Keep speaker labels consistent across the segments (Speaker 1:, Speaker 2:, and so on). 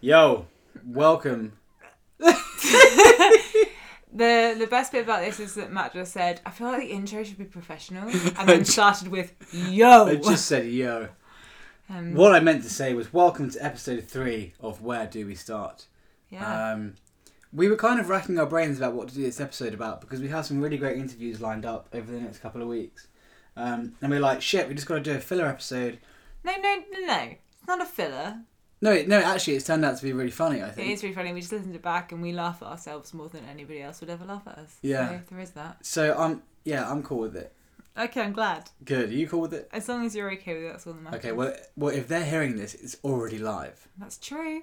Speaker 1: Yo, welcome.
Speaker 2: The the best bit about this is that Matt just said, I feel like the intro should be professional and then started with
Speaker 1: I
Speaker 2: yo.
Speaker 1: just said yo.
Speaker 2: Um,
Speaker 1: What I meant to say was welcome to episode three of Where Do We Start.
Speaker 2: yeah.
Speaker 1: Um, we were kind of racking our brains about what to do this episode about because we have some really great interviews lined up over the next couple of weeks. Um, and we're like, shit, we just got to do a filler episode.
Speaker 2: no, no, no, no. It's not a filler.
Speaker 1: No, it- no, actually, it's turned out to be really funny. I
Speaker 2: It
Speaker 1: think
Speaker 2: is really funny. We just listened to it back and we laugh at ourselves more than anybody else would ever laugh at us.
Speaker 1: Yeah.
Speaker 2: So there is that.
Speaker 1: so. I'm yeah, I'm cool with it.
Speaker 2: Okay, I'm glad.
Speaker 1: Good. Are you cool with it?
Speaker 2: As long as you're okay with it, that's all that matters.
Speaker 1: Okay. Well, well, if they're hearing this, it's already live.
Speaker 2: That's true.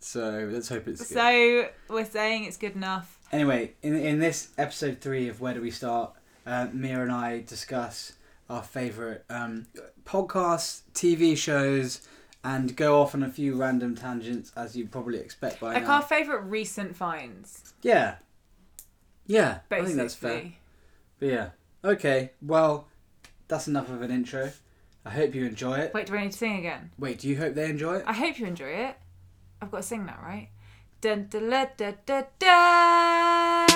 Speaker 1: So let's hope it's good.
Speaker 2: So we're saying it's good enough.
Speaker 1: Anyway, in, in this episode three of Where Do We Start, uh, Mia and I discuss our favourite um, podcasts, TV shows, and go off on a few random tangents as you probably expect by
Speaker 2: Like
Speaker 1: now.
Speaker 2: our favourite recent finds,
Speaker 1: Yeah. Yeah,
Speaker 2: basically.
Speaker 1: I think that's fair. But yeah. Okay, well, that's enough of an intro. I hope you enjoy it.
Speaker 2: Wait, do I need to sing again?
Speaker 1: Wait, do you hope they enjoy it?
Speaker 2: I hope you enjoy it. I've got to sing that, right? Dun, da, la, da, da, da.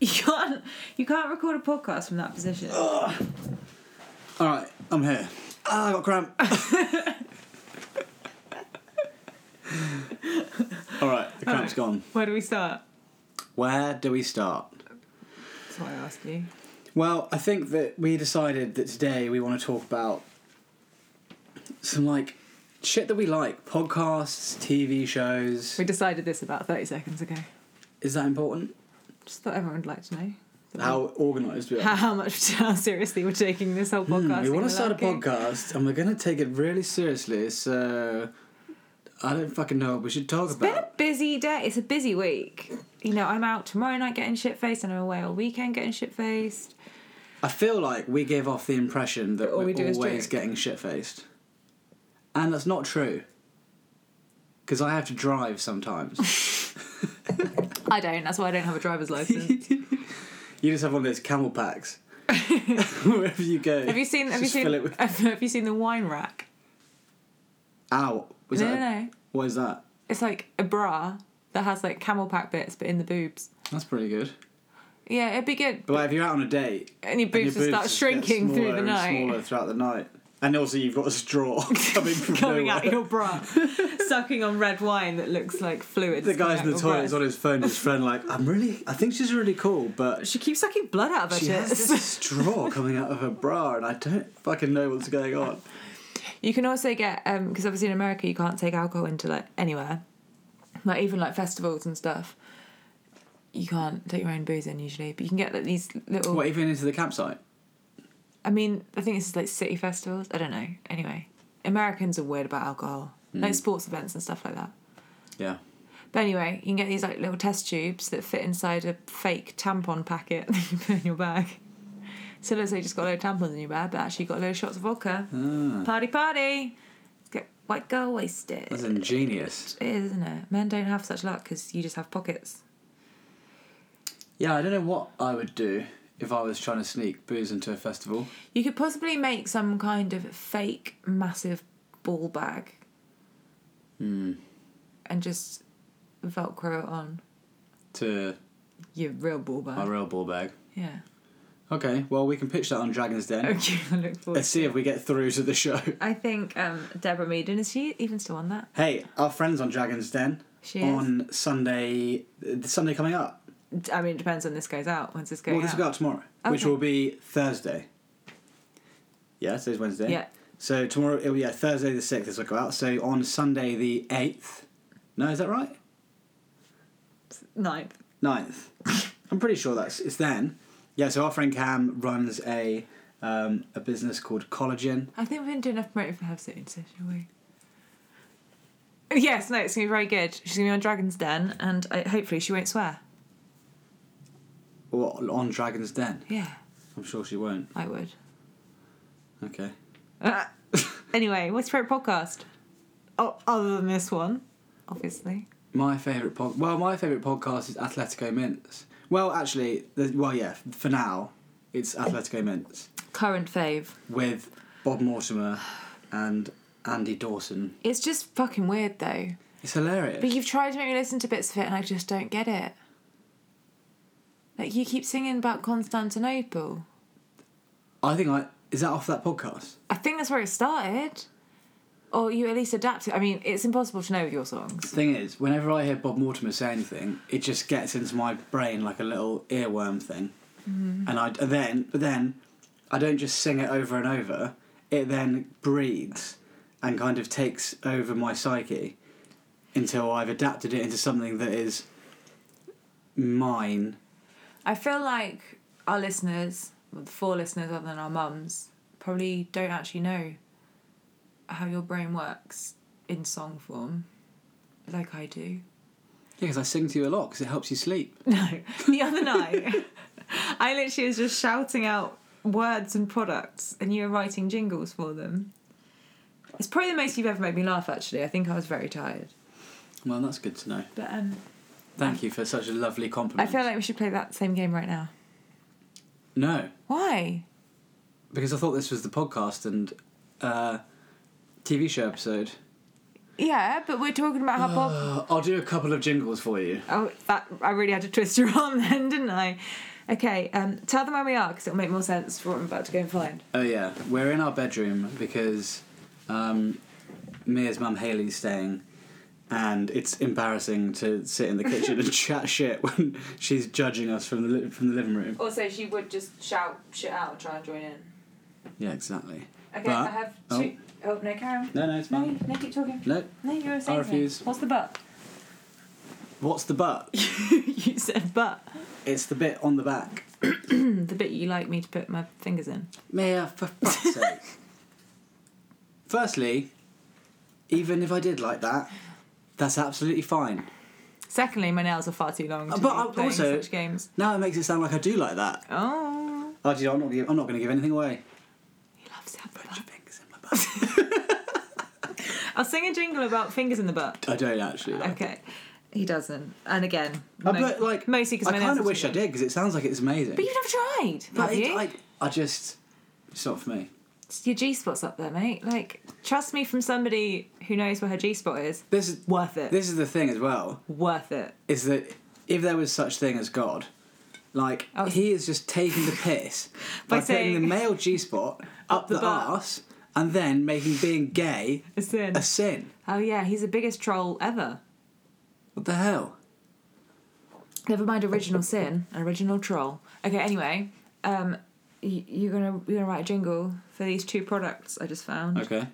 Speaker 2: You can't, you can't record a podcast from that position.
Speaker 1: Alright, I'm here. Ah, I got cramp. Alright, the cramp's gone.
Speaker 2: Where do we start?
Speaker 1: Where do we start?
Speaker 2: That's what I asked you.
Speaker 1: Well, I think that we decided that today we want to talk about some like shit that we like podcasts, TV shows.
Speaker 2: We decided this about 30 seconds ago.
Speaker 1: Is that important?
Speaker 2: Just thought everyone would like to know
Speaker 1: How organised we
Speaker 2: how,
Speaker 1: are.
Speaker 2: how much, how seriously we're taking this whole podcast.
Speaker 1: Hmm, We want
Speaker 2: thing
Speaker 1: to start a
Speaker 2: without getting-
Speaker 1: podcast and we're going to take it really seriously, so I don't fucking know what we should talk
Speaker 2: Been a
Speaker 1: about.
Speaker 2: busy day. It's a busy week. You know, I'm out tomorrow night getting shit faced, and I'm away all weekend getting shit faced.
Speaker 1: I feel like we give off the impression that
Speaker 2: All
Speaker 1: we're
Speaker 2: we do is
Speaker 1: always
Speaker 2: drink.
Speaker 1: getting shit faced. And that's not true. Because I have to drive sometimes.
Speaker 2: I don't. That's why I don't have a driver's license.
Speaker 1: You just have one of those camel packs. Wherever you go.
Speaker 2: have you seen? Have you
Speaker 1: just
Speaker 2: seen?
Speaker 1: Fill it with...
Speaker 2: Have you seen the wine rack?
Speaker 1: Ow. Was
Speaker 2: no,
Speaker 1: that...
Speaker 2: no, no.
Speaker 1: What is that?
Speaker 2: It's like a bra that has like camel pack bits, but in the boobs.
Speaker 1: That's pretty good.
Speaker 2: Yeah, it'd be good.
Speaker 1: But like, if you're out on a date,
Speaker 2: And your
Speaker 1: and your
Speaker 2: boobs will start
Speaker 1: just
Speaker 2: shrinking
Speaker 1: get
Speaker 2: through
Speaker 1: smaller
Speaker 2: the
Speaker 1: and
Speaker 2: night,
Speaker 1: Smaller throughout the night. And also, you've got a straw coming from
Speaker 2: coming
Speaker 1: nowhere.
Speaker 2: out your bra, sucking on red wine that looks like fluids.
Speaker 1: The
Speaker 2: coming
Speaker 1: guy's in the
Speaker 2: out your
Speaker 1: toilet is on
Speaker 2: breast.
Speaker 1: his phone to his friend, like, I'm really, I think she's really cool, but
Speaker 2: She keeps sucking blood out of her
Speaker 1: she has
Speaker 2: tits.
Speaker 1: this straw coming out of her bra, and I don't fucking know what's going on.
Speaker 2: You can also get um because obviously in America you can't take alcohol into like anywhere, like even like festivals and stuff. You can't take your own booze in usually, but you can get like, these little.
Speaker 1: What, even into the campsite?
Speaker 2: I mean, I think this is like city festivals. I don't know. Anyway, Americans are weird about alcohol, like sports events and stuff like that.
Speaker 1: Yeah.
Speaker 2: But anyway, you can get these like little test tubes that fit inside a fake tampon packet that you put in your bag. So let's say you just got a load of tampons in your bag, but actually you got a load of shots of vodka. Party, party! Let's get white girl wasted.
Speaker 1: That's ingenious.
Speaker 2: It is, isn't it? Men don't have such luck because you just have pockets.
Speaker 1: Yeah, I don't know what I would do if I was trying to sneak booze into a festival.
Speaker 2: You could possibly make some kind of fake massive ball bag.
Speaker 1: Hmm.
Speaker 2: And just Velcro it on
Speaker 1: To
Speaker 2: your real ball bag.
Speaker 1: my real ball bag.
Speaker 2: yeah.
Speaker 1: Okay, well, we can pitch that on Dragon's Den.
Speaker 2: Okay, I look forward.
Speaker 1: Let's see if we get through to the show.
Speaker 2: I think um, Deborah Meaden, is she even still on that?
Speaker 1: Hey, our friends on Dragon's Den
Speaker 2: She is.
Speaker 1: on Sunday, the Sunday coming up.
Speaker 2: D- I mean, it depends when this goes out. When's this going
Speaker 1: Well, this
Speaker 2: out?
Speaker 1: will go out tomorrow, which
Speaker 2: Okay.
Speaker 1: will be Thursday. Yeah, today's Wednesday.
Speaker 2: Yeah.
Speaker 1: So tomorrow, it'll, yeah, Thursday the 6th, this will go out. So on Sunday the 8th. No, is that right?
Speaker 2: Ninth.
Speaker 1: 9th. I'm pretty sure that's it's then. Yeah, so our friend Cam runs a um, a business called Collagen.
Speaker 2: I think we didn't do enough promoting for her sitting session, we? Yes, no, it's going to be very good. She's going to be on Dragon's Den, and I, hopefully she won't swear.
Speaker 1: Or on Dragon's Den.
Speaker 2: Yeah,
Speaker 1: I'm sure she won't.
Speaker 2: I would.
Speaker 1: Okay.
Speaker 2: Uh, anyway, what's your favourite podcast? Oh, other than this one, obviously.
Speaker 1: My favourite pod well, my favourite podcast is Atletico Mints. Well actually the, well yeah, for now, it's Atletico Mints
Speaker 2: Current fave.
Speaker 1: with Bob Mortimer and Andy Dawson.
Speaker 2: It's just fucking weird though.
Speaker 1: It's hilarious.
Speaker 2: But you've tried to make me listen to bits of it and I just don't get it. Like you keep singing about Constantinople.
Speaker 1: I think I is that off that podcast.
Speaker 2: I think that's where it started. Or you at least adapt it. I mean, it's impossible to know with your songs.
Speaker 1: Thing is, whenever I hear Bob Mortimer say anything, it just gets into my brain like a little earworm thing,
Speaker 2: Mm-hmm.
Speaker 1: and I and then but then I don't just sing it over and over. It then breeds and kind of takes over my psyche until I've adapted it into something that is mine.
Speaker 2: I feel like our listeners, well, the four listeners other than our mums, probably don't actually know how your brain works in song form, like I do.
Speaker 1: Yeah, because I sing to you a lot because it helps you sleep.
Speaker 2: No, the other night, I literally was just shouting out words and products, and you were writing jingles for them. It's probably the most you've ever made me laugh. Actually, I think I was very tired,
Speaker 1: Well, that's good to know.
Speaker 2: but um,
Speaker 1: Thank you for such a lovely
Speaker 2: I
Speaker 1: compliment.
Speaker 2: feel like we should play that same game right now.
Speaker 1: no,
Speaker 2: Why?
Speaker 1: because I thought this was the podcast and uh, TV show episode.
Speaker 2: Yeah, but we're talking about how Bob
Speaker 1: Uh, I'll do a couple of jingles for you.
Speaker 2: Oh, that I really had to twist your arm then, didn't I? Okay, um, tell them where we are because it'll make more sense for what I'm about to go and find.
Speaker 1: Oh yeah, we're in our bedroom because um, Mia's mum Haley's staying, and it's embarrassing to sit in the kitchen and chat shit when she's judging us from the li- from the living room.
Speaker 2: Also, she would just shout shit out and try and join in.
Speaker 1: Yeah, exactly.
Speaker 2: Okay,
Speaker 1: But-
Speaker 2: I have two oh no, Karen.
Speaker 1: No, no, it's
Speaker 2: No,
Speaker 1: fine.
Speaker 2: you- no, keep talking.
Speaker 1: No,
Speaker 2: No, you were saying. something.
Speaker 1: refuse.
Speaker 2: What's the but?
Speaker 1: what's the butt?
Speaker 2: you said but. Hmm,
Speaker 1: It's the bit on the back.
Speaker 2: The bit you like me to put my fingers in.
Speaker 1: Mia, for fuck's sake. Firstly, even if I did like that, that's absolutely fine.
Speaker 2: Secondly, my nails are far too long. To
Speaker 1: Uh, But
Speaker 2: be
Speaker 1: I-
Speaker 2: playing
Speaker 1: also-
Speaker 2: such games.
Speaker 1: Now it makes it sound like I do like that.
Speaker 2: Oh,
Speaker 1: Actually, I'm not. Give, I'm not going to give anything away.
Speaker 2: he loves that
Speaker 1: Put
Speaker 2: butt.
Speaker 1: your fingers in my butt.
Speaker 2: I'll sing a jingle about fingers in the butt.
Speaker 1: I don't actually. Like
Speaker 2: Okay, he doesn't. And again,
Speaker 1: I,
Speaker 2: mo-
Speaker 1: Uh, but like,
Speaker 2: mostly because
Speaker 1: I kind of wish I did because it sounds like it's amazing.
Speaker 2: But you've never tried,
Speaker 1: But
Speaker 2: have
Speaker 1: it-
Speaker 2: you?
Speaker 1: I, I just, it's not for me.
Speaker 2: It's Your G spot's up there, mate. Like, trust me, from somebody who knows where her G spot is,
Speaker 1: This is
Speaker 2: worth it.
Speaker 1: this is the thing as well
Speaker 2: worth it.
Speaker 1: is that if there was such thing as God, like
Speaker 2: Oh.
Speaker 1: he is just taking the piss by,
Speaker 2: By
Speaker 1: putting the
Speaker 2: saying-
Speaker 1: male G spot up,
Speaker 2: the
Speaker 1: the,
Speaker 2: butt.
Speaker 1: arse and then making being gay
Speaker 2: A sin.
Speaker 1: a sin.
Speaker 2: Oh yeah, he's the biggest troll ever.
Speaker 1: What the hell?
Speaker 2: Never mind original sin, an original troll. Okay, anyway, um, y- you're gonna you're gonna write a jingle for these two products I just found.
Speaker 1: Okay.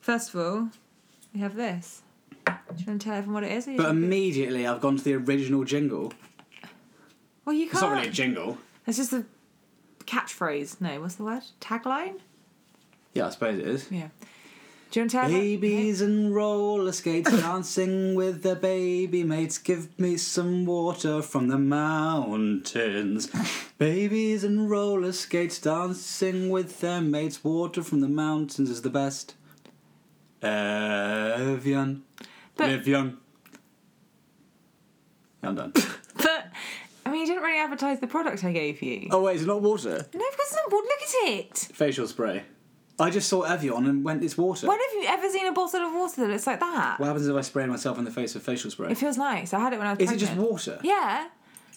Speaker 2: First of all, we have this. Do you want to tell everyone what it is? or you
Speaker 1: But um,
Speaker 2: just-
Speaker 1: immediately I've gone to the original jingle.
Speaker 2: well, you
Speaker 1: It's
Speaker 2: can't.
Speaker 1: not really a jingle.
Speaker 2: It's just a catchphrase. No, what's the word? Tagline.
Speaker 1: Yeah, I suppose it is.
Speaker 2: Yeah. Do you want to tell? everyone-
Speaker 1: Babies and roller skates dancing with their baby mates. Give me some water from the mountains. Babies and roller skates dancing with their mates. Water from the mountains is the best. Live young.
Speaker 2: But-
Speaker 1: Live young. Yeah, I'm done.
Speaker 2: But I mean, you didn't really advertise the product I gave you.
Speaker 1: oh, wait, is it not water?
Speaker 2: No, because it's not. Well, look at it.
Speaker 1: Facial spray. I just saw Evian and went, it's water.
Speaker 2: When have you ever seen a bottle of water that looks like that?
Speaker 1: What happens if I spray myself in the face with facial spray?
Speaker 2: it feels nice. I had it when I was.
Speaker 1: Is it just
Speaker 2: pregnant.
Speaker 1: water?
Speaker 2: Yeah,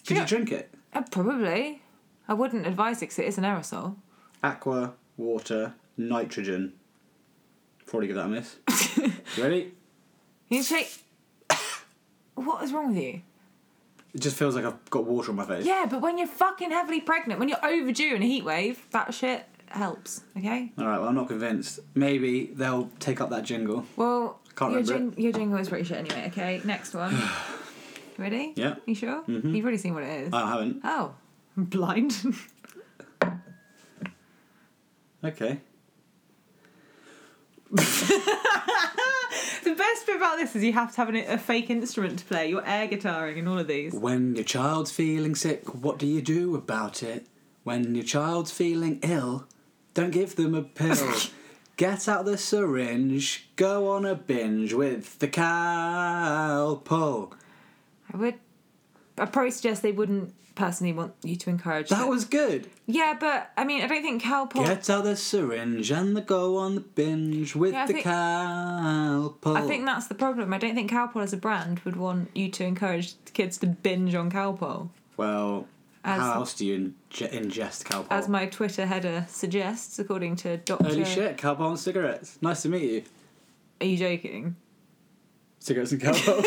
Speaker 1: Could
Speaker 2: Yeah.
Speaker 1: you drink it?
Speaker 2: uh, probably. I wouldn't advise it because it is an aerosol.
Speaker 1: aqua, water, nitrogen. Probably give that a miss. You ready?
Speaker 2: You need to shake. what is wrong with you?
Speaker 1: It just feels like I've got water on my face.
Speaker 2: Yeah, but when you're fucking heavily pregnant, when you're overdue in a heat wave, that shit helps. Okay.
Speaker 1: All right. Well, I'm not convinced. Maybe they'll take up that jingle.
Speaker 2: Well,
Speaker 1: Can't
Speaker 2: your,
Speaker 1: remember
Speaker 2: jing- your jingle is pretty shit anyway. Okay, next one. Ready?
Speaker 1: Yeah. Mm-hmm. Uh,
Speaker 2: You sure? You've already seen what it is.
Speaker 1: I haven't.
Speaker 2: Oh, I'm blind.
Speaker 1: Okay.
Speaker 2: the best bit about this is you have to have an, a fake instrument to play. You're air guitaring and all of these.
Speaker 1: When your child's feeling sick, what do you do about it? When your child's feeling ill, don't give them a pill. Get out the syringe, go on a binge with the cow pull.
Speaker 2: I would. I probably suggest they wouldn't personally want you to encourage.
Speaker 1: That
Speaker 2: it.
Speaker 1: was good.
Speaker 2: yeah, but I mean, I don't think Calpol.
Speaker 1: Get out the syringe and the go on the binge with
Speaker 2: Yeah, I
Speaker 1: the
Speaker 2: think-
Speaker 1: Calpol.
Speaker 2: I think that's the problem. I don't think Calpol as a brand would want you to encourage kids to binge on Calpol,
Speaker 1: Well,
Speaker 2: As-
Speaker 1: how else do you inge- ingest Calpol?
Speaker 2: as my Twitter header suggests, according to Doctor.
Speaker 1: Holy shit, Calpol and cigarettes. Nice to meet you.
Speaker 2: Are you joking?
Speaker 1: Cigarettes and Calpol.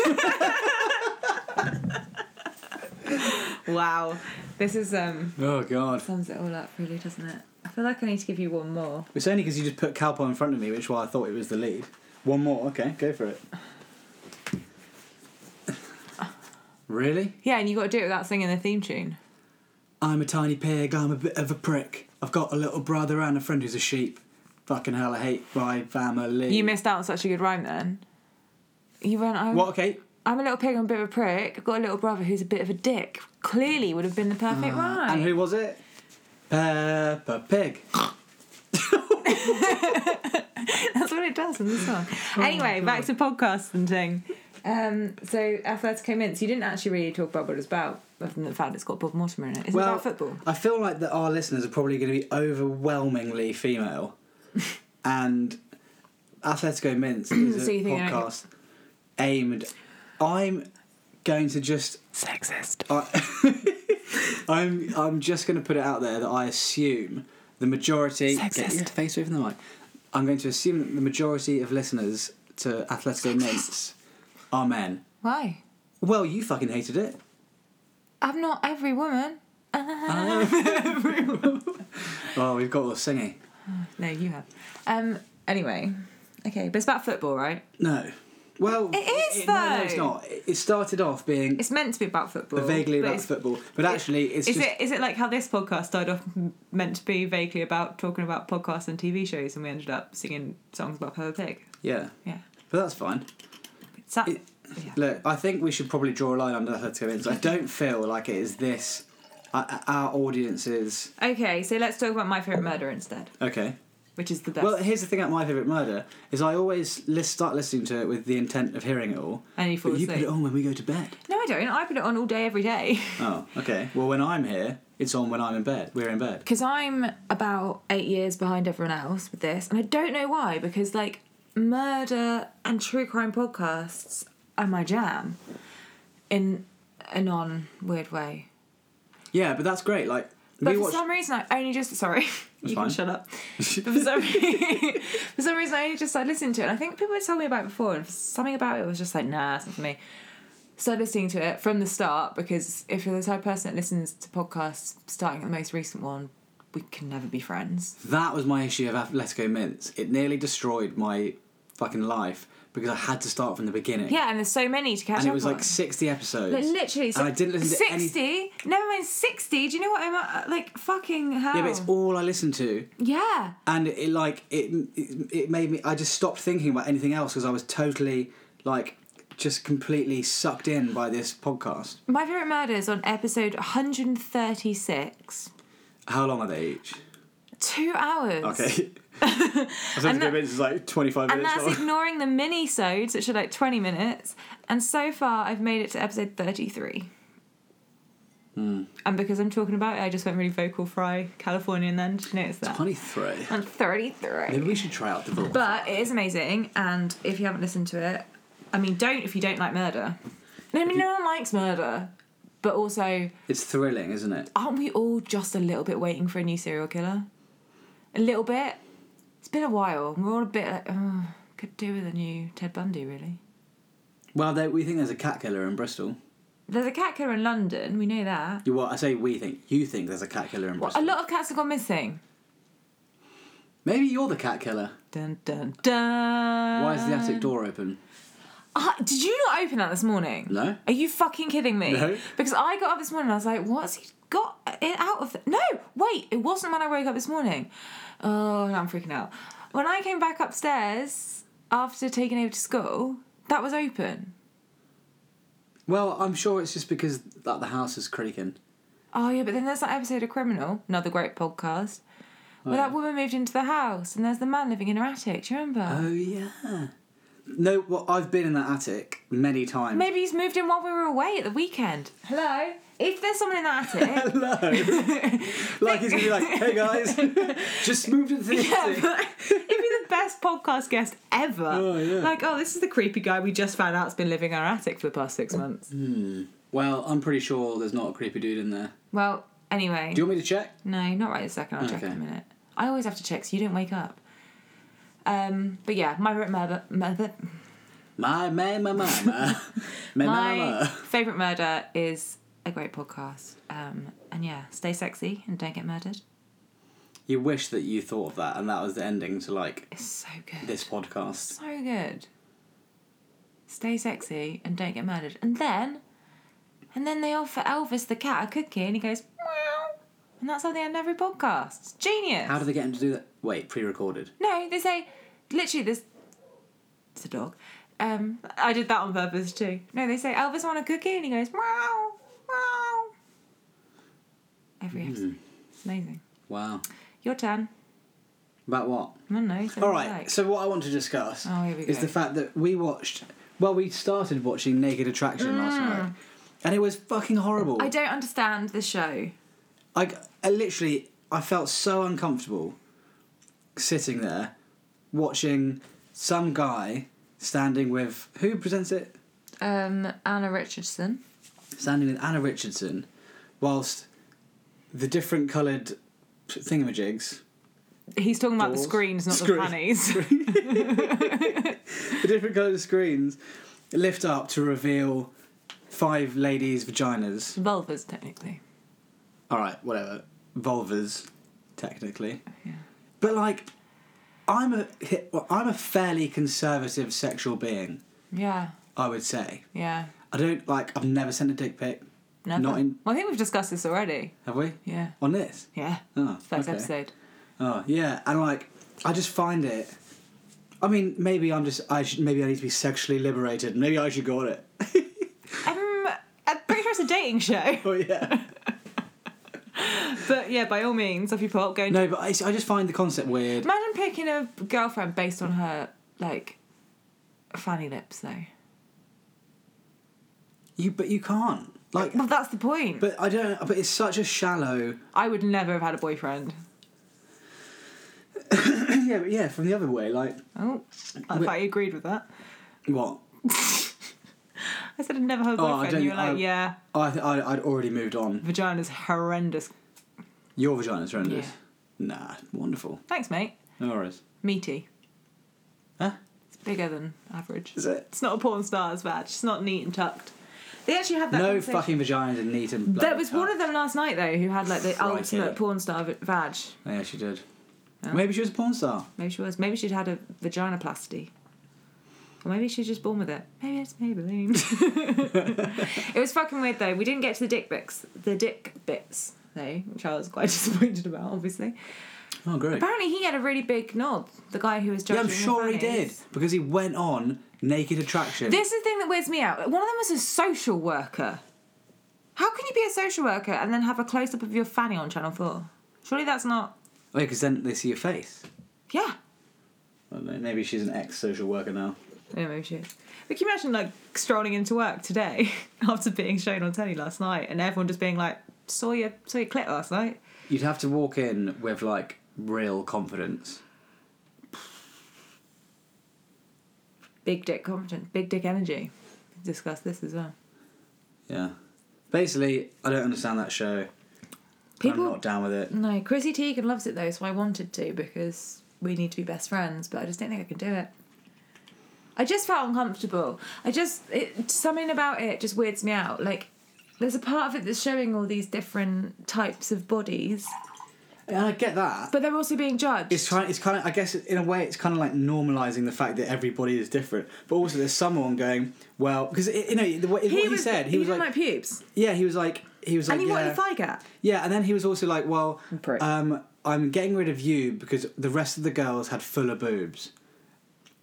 Speaker 2: Wow, this is um
Speaker 1: oh, God.
Speaker 2: sums it all up, really, doesn't it? I feel like I need to give you one more.
Speaker 1: It's only because you just put Calpol in front of me, which is why I thought it was the lead. One more, okay, go for it. really?
Speaker 2: Yeah, and you got to do it without singing the theme tune.
Speaker 1: I'm a tiny pig, I'm a bit of a prick. I've got a little brother and a friend who's a sheep. Fucking hell, I hate my family.
Speaker 2: You missed out on such a good rhyme then. You went. I'm,
Speaker 1: What, okay?
Speaker 2: I'm a little pig. I'm a bit of a prick. I've got a little brother who's a bit of a dick. Clearly, would have been the perfect rhyme.
Speaker 1: Ah. And who was it? Peppa Pig.
Speaker 2: That's what it does in the song.
Speaker 1: Oh
Speaker 2: anyway, back to podcasts and thing. Um, so Athletics came in. So you didn't actually really talk about what it was about, other than the fact it's got Bob Mortimer in it. Is it about football?
Speaker 1: I feel like that our listeners are probably going to be overwhelmingly female, and Atletico Mints is
Speaker 2: So
Speaker 1: a
Speaker 2: you think they're-
Speaker 1: podcast aimed. I'm going to just.
Speaker 2: Sexist.
Speaker 1: I'm. I'm just going to put it out there that I assume the majority. Get your
Speaker 2: Sexist.
Speaker 1: face away from the mic. I'm going to assume that the majority of listeners to Atletico Mints are men.
Speaker 2: Why?
Speaker 1: Well, you fucking hated it.
Speaker 2: I'm not every woman. Um,
Speaker 1: Oh, we've got all singing.
Speaker 2: No, you have. Um. Anyway, okay, but it's about football, right?
Speaker 1: No. Well,
Speaker 2: It is,
Speaker 1: No, no, it's
Speaker 2: though.
Speaker 1: not. It- It started off being
Speaker 2: It's meant to be about football.
Speaker 1: vaguely
Speaker 2: but
Speaker 1: about
Speaker 2: it's-
Speaker 1: football, but actually, it's
Speaker 2: Is
Speaker 1: just
Speaker 2: it is it like how this podcast started off m- meant to be vaguely about talking about podcasts and TV shows, and we ended up singing songs about Peppa Pig?
Speaker 1: yeah.
Speaker 2: Yeah.
Speaker 1: But that's fine.
Speaker 2: It's that,
Speaker 1: It-
Speaker 2: yeah.
Speaker 1: Look, I think we should probably draw a line under Atletico Mints. I don't feel like it is this. I- I- Our audiences.
Speaker 2: Okay, so let's talk about my favorite murder instead,
Speaker 1: Okay.
Speaker 2: which is the best.
Speaker 1: Well, here's the thing about my favourite murder is I always list, start listening to it with the intent of hearing it all.
Speaker 2: And you fall
Speaker 1: but you put
Speaker 2: asleep.
Speaker 1: it on when we go to bed.
Speaker 2: no, I don't. I put it on all day, every day.
Speaker 1: Oh, okay. Well, when I'm here, it's on when I'm in bed. We're in bed.
Speaker 2: Because I'm about eight years behind everyone else with this, and I don't know why, because like murder and true crime podcasts are my jam in a non weird way.
Speaker 1: Yeah, but that's great. Like
Speaker 2: But
Speaker 1: we
Speaker 2: for
Speaker 1: watched.
Speaker 2: some reason, I only just sorry, you
Speaker 1: fine.
Speaker 2: can shut up. But for some, re- for some reason, I only just started listening to it. And I think people had told me about it before, and something about it was just like, nah, it's not for me. Started listening to it from the start because if you're the type of person that listens to podcasts starting at the most recent one, we can never be friends.
Speaker 1: That was my issue of Atletico Mints. It nearly destroyed my fucking life because I had to start from the beginning.
Speaker 2: Yeah, and there's so many to catch
Speaker 1: And it
Speaker 2: up
Speaker 1: was
Speaker 2: on.
Speaker 1: like 60 episodes.
Speaker 2: Like, literally, so
Speaker 1: and I didn't listen to any.
Speaker 2: sixty. Never mind sixty. Do you know what I'm uh, like? Fucking hell.
Speaker 1: Yeah, but it's all I listened to,
Speaker 2: yeah.
Speaker 1: and it, like it, it, it made me. I just stopped thinking about anything else because I was totally like just completely sucked in by this podcast.
Speaker 2: My favorite murder is on episode 136.
Speaker 1: How long are they each?
Speaker 2: Two hours.
Speaker 1: Okay. Atletico
Speaker 2: that-
Speaker 1: Mints is like 25
Speaker 2: And that's ignoring the mini sodes, which are like 20 minutes. And so far, I've made it to episode 33. And because I'm talking about it, I just went really vocal fry Californian then. Did you notice that?
Speaker 1: 23.
Speaker 2: I'm 33.
Speaker 1: Maybe we should try out the vocal.
Speaker 2: But it is amazing. And if you haven't listened to it, I mean, don't if you don't like murder. No, I mean, no one likes murder. But also,
Speaker 1: It's thrilling, isn't it?
Speaker 2: aren't we all just a little bit waiting for a new serial killer? A little bit. It's been a while. We're all a bit like, oh, could do with a new Ted Bundy, really.
Speaker 1: Well, there, we think there's a cat killer in Bristol.
Speaker 2: There's a cat killer in London. We know that.
Speaker 1: You what? I say we think. You think there's a cat killer in
Speaker 2: A
Speaker 1: Bristol.
Speaker 2: lot of cats have gone missing.
Speaker 1: Maybe you're the cat killer.
Speaker 2: Dun dun dun.
Speaker 1: Why is the attic door open?
Speaker 2: Ah, did you not open that this morning?
Speaker 1: No.
Speaker 2: Are you fucking kidding me?
Speaker 1: No.
Speaker 2: Because I got up this morning and I was like, what's he got it out of? The-? No, wait, it wasn't when I woke up this morning. Oh, now I'm freaking out. When I came back upstairs after taking over to school, that was open.
Speaker 1: Well, I'm sure it's just because that the house is creaking.
Speaker 2: Oh, yeah, but then there's that episode of Criminal, another great podcast,
Speaker 1: Oh,
Speaker 2: where that woman moved into the house and there's the man living in her attic. Do you remember?
Speaker 1: Oh yeah. no, well, I've been in that attic many times.
Speaker 2: Maybe he's moved in while we were away at the weekend. Hello? If there's someone in that attic.
Speaker 1: Hello. like he's gonna be like, hey guys, just moved into the
Speaker 2: yeah,
Speaker 1: attic.
Speaker 2: but it'd be the best podcast guest ever.
Speaker 1: Oh, yeah.
Speaker 2: Like, oh, this is the creepy guy we just found out's been living in our attic for the past six months.
Speaker 1: Well, I'm pretty sure there's not a creepy dude in there.
Speaker 2: Well, anyway.
Speaker 1: Do you want me to check?
Speaker 2: No, not right this second. I'll check in a
Speaker 1: Okay.
Speaker 2: minute. I always have to check, so you don't wake up. Um, but yeah, my favorite murder, murder
Speaker 1: My my my my my my
Speaker 2: my
Speaker 1: my.
Speaker 2: favorite murder is a great podcast. Um, and yeah, stay sexy and don't get murdered.
Speaker 1: You wish that you thought of that, and that was the ending to like
Speaker 2: It's so good.
Speaker 1: this podcast.
Speaker 2: so good. Stay sexy and don't get murdered. And then, and then they offer Elvis the cat a cookie, and he goes, meow. and that's how they end every podcast. It's genius.
Speaker 1: How did they get him to do that? Wait, pre-recorded.
Speaker 2: No, they say literally this. It's a dog. Um, I did that on purpose too. No, they say Elvis want a cookie, and he goes wow, wow. Every
Speaker 1: Hmm.
Speaker 2: episode, it's amazing.
Speaker 1: Wow.
Speaker 2: Your turn.
Speaker 1: About what?
Speaker 2: No, no.
Speaker 1: All right. So what I want to discuss
Speaker 2: Oh, here we
Speaker 1: is
Speaker 2: go.
Speaker 1: the fact that we watched. Well, we started watching Naked Attraction last night, and it was fucking horrible.
Speaker 2: Mm. I don't understand the show.
Speaker 1: I, I literally I felt so uncomfortable sitting there watching some guy standing with who presents it
Speaker 2: Um, Anna Richardson.
Speaker 1: standing with Anna Richardson whilst the different coloured thingamajigs
Speaker 2: He's talking about the
Speaker 1: Doors.
Speaker 2: screens, not
Speaker 1: Screen.
Speaker 2: the panties.
Speaker 1: the different coloured screens lift up to reveal five ladies' vaginas
Speaker 2: Vulvas, technically.
Speaker 1: alright whatever vulvas technically
Speaker 2: Yeah.
Speaker 1: But like, I'm a well, I'm a fairly conservative sexual being.
Speaker 2: Yeah.
Speaker 1: I would say
Speaker 2: Yeah.
Speaker 1: I don't like. I've never sent a dick pic.
Speaker 2: Nothing.
Speaker 1: Not in-
Speaker 2: Well, I think we've discussed this already.
Speaker 1: Have we?
Speaker 2: Yeah.
Speaker 1: On this?
Speaker 2: Yeah.
Speaker 1: Oh,
Speaker 2: First
Speaker 1: okay.
Speaker 2: episode.
Speaker 1: Oh yeah, and like, I just find it. I mean, maybe I'm just. I should, maybe I need to be sexually liberated. Maybe I should go on it.
Speaker 2: Um, I'm pretty sure it's a dating show.
Speaker 1: Oh yeah.
Speaker 2: But yeah, by all means, off you pop. Go.
Speaker 1: no, but I, I just find the concept weird.
Speaker 2: Imagine picking a girlfriend based on her like fanny lips, though.
Speaker 1: You but you can't. Like,
Speaker 2: Well, that's the point.
Speaker 1: but I don't. But it's such a shallow.
Speaker 2: I would never have had a boyfriend.
Speaker 1: yeah, but yeah. From the other way, like
Speaker 2: Oh, I
Speaker 1: Wait.
Speaker 2: thought you agreed with that.
Speaker 1: what?
Speaker 2: I said I'd never had a
Speaker 1: Oh, I
Speaker 2: boyfriend. and you were
Speaker 1: don't-
Speaker 2: like,
Speaker 1: I-
Speaker 2: yeah,
Speaker 1: I, I I'd already moved on.
Speaker 2: vagina's horrendous.
Speaker 1: Your vagina's horrendous.
Speaker 2: Yeah.
Speaker 1: Nah, wonderful.
Speaker 2: Thanks, mate.
Speaker 1: No worries.
Speaker 2: Meaty.
Speaker 1: Huh?
Speaker 2: It's bigger than average.
Speaker 1: Is it?
Speaker 2: It's not a porn star's badge. It's not neat and tucked. They actually had that.
Speaker 1: No
Speaker 2: conversation-
Speaker 1: fucking vaginas are neat and bloody
Speaker 2: There was one of them last night though who had like the
Speaker 1: Crikey.
Speaker 2: ultimate porn star v- vag.
Speaker 1: cut. Oh, Yeah, she did.
Speaker 2: Oh.
Speaker 1: Maybe she was a porn star.
Speaker 2: Maybe she was. Maybe she'd had a vaginoplasty. Or maybe she was just born with it. Maybe it's Maybelline. it was fucking weird though. We didn't get to the dick bits. The dick bits though, which I was quite disappointed about, obviously.
Speaker 1: Oh, great.
Speaker 2: Apparently he had a really big knob, the guy who was
Speaker 1: Yeah,
Speaker 2: judging.
Speaker 1: I'm
Speaker 2: the
Speaker 1: sure he did
Speaker 2: fannies.
Speaker 1: because he went on Naked Attraction.
Speaker 2: This is the thing that weirds me out. One of them was a social worker. How can you be a social worker and then have a close up of your fanny on Channel 4? Surely that's not.
Speaker 1: Wait, because then they see your face.
Speaker 2: Yeah.
Speaker 1: I don't know, Maybe she's an ex-social worker now.
Speaker 2: Yeah, Oh, maybe she is. But can you imagine like strolling into work today after being shown on telly last night and everyone just being like, saw your saw your clit last night?
Speaker 1: You'd have to walk in with like real confidence.
Speaker 2: Big dick confidence, big dick energy. Discuss this as well.
Speaker 1: Yeah. Basically, I don't understand that show.
Speaker 2: People Mm.
Speaker 1: I'm not down with it.
Speaker 2: No, Chrissy Teigen loves it though, so I wanted to because we need to be best friends, but I just don't think I can do it. I just felt uncomfortable. I just it something about it just weirds me out. Like there's a part of it that's showing all these different types of bodies,
Speaker 1: And I get that.
Speaker 2: but they're also being judged.
Speaker 1: It's kind. It's kind of. I guess in a way, it's kind of like normalizing the fact that everybody is different. But also, there's someone going well because you know the way, what he said. He, was like,
Speaker 2: didn't like pubes,
Speaker 1: yeah. He was like, he was like,
Speaker 2: and he wanted
Speaker 1: yeah,
Speaker 2: a thigh gap.
Speaker 1: yeah. And then he was also like, well,
Speaker 2: Prick.
Speaker 1: um, I'm getting rid of you because the rest of the girls had fuller boobs.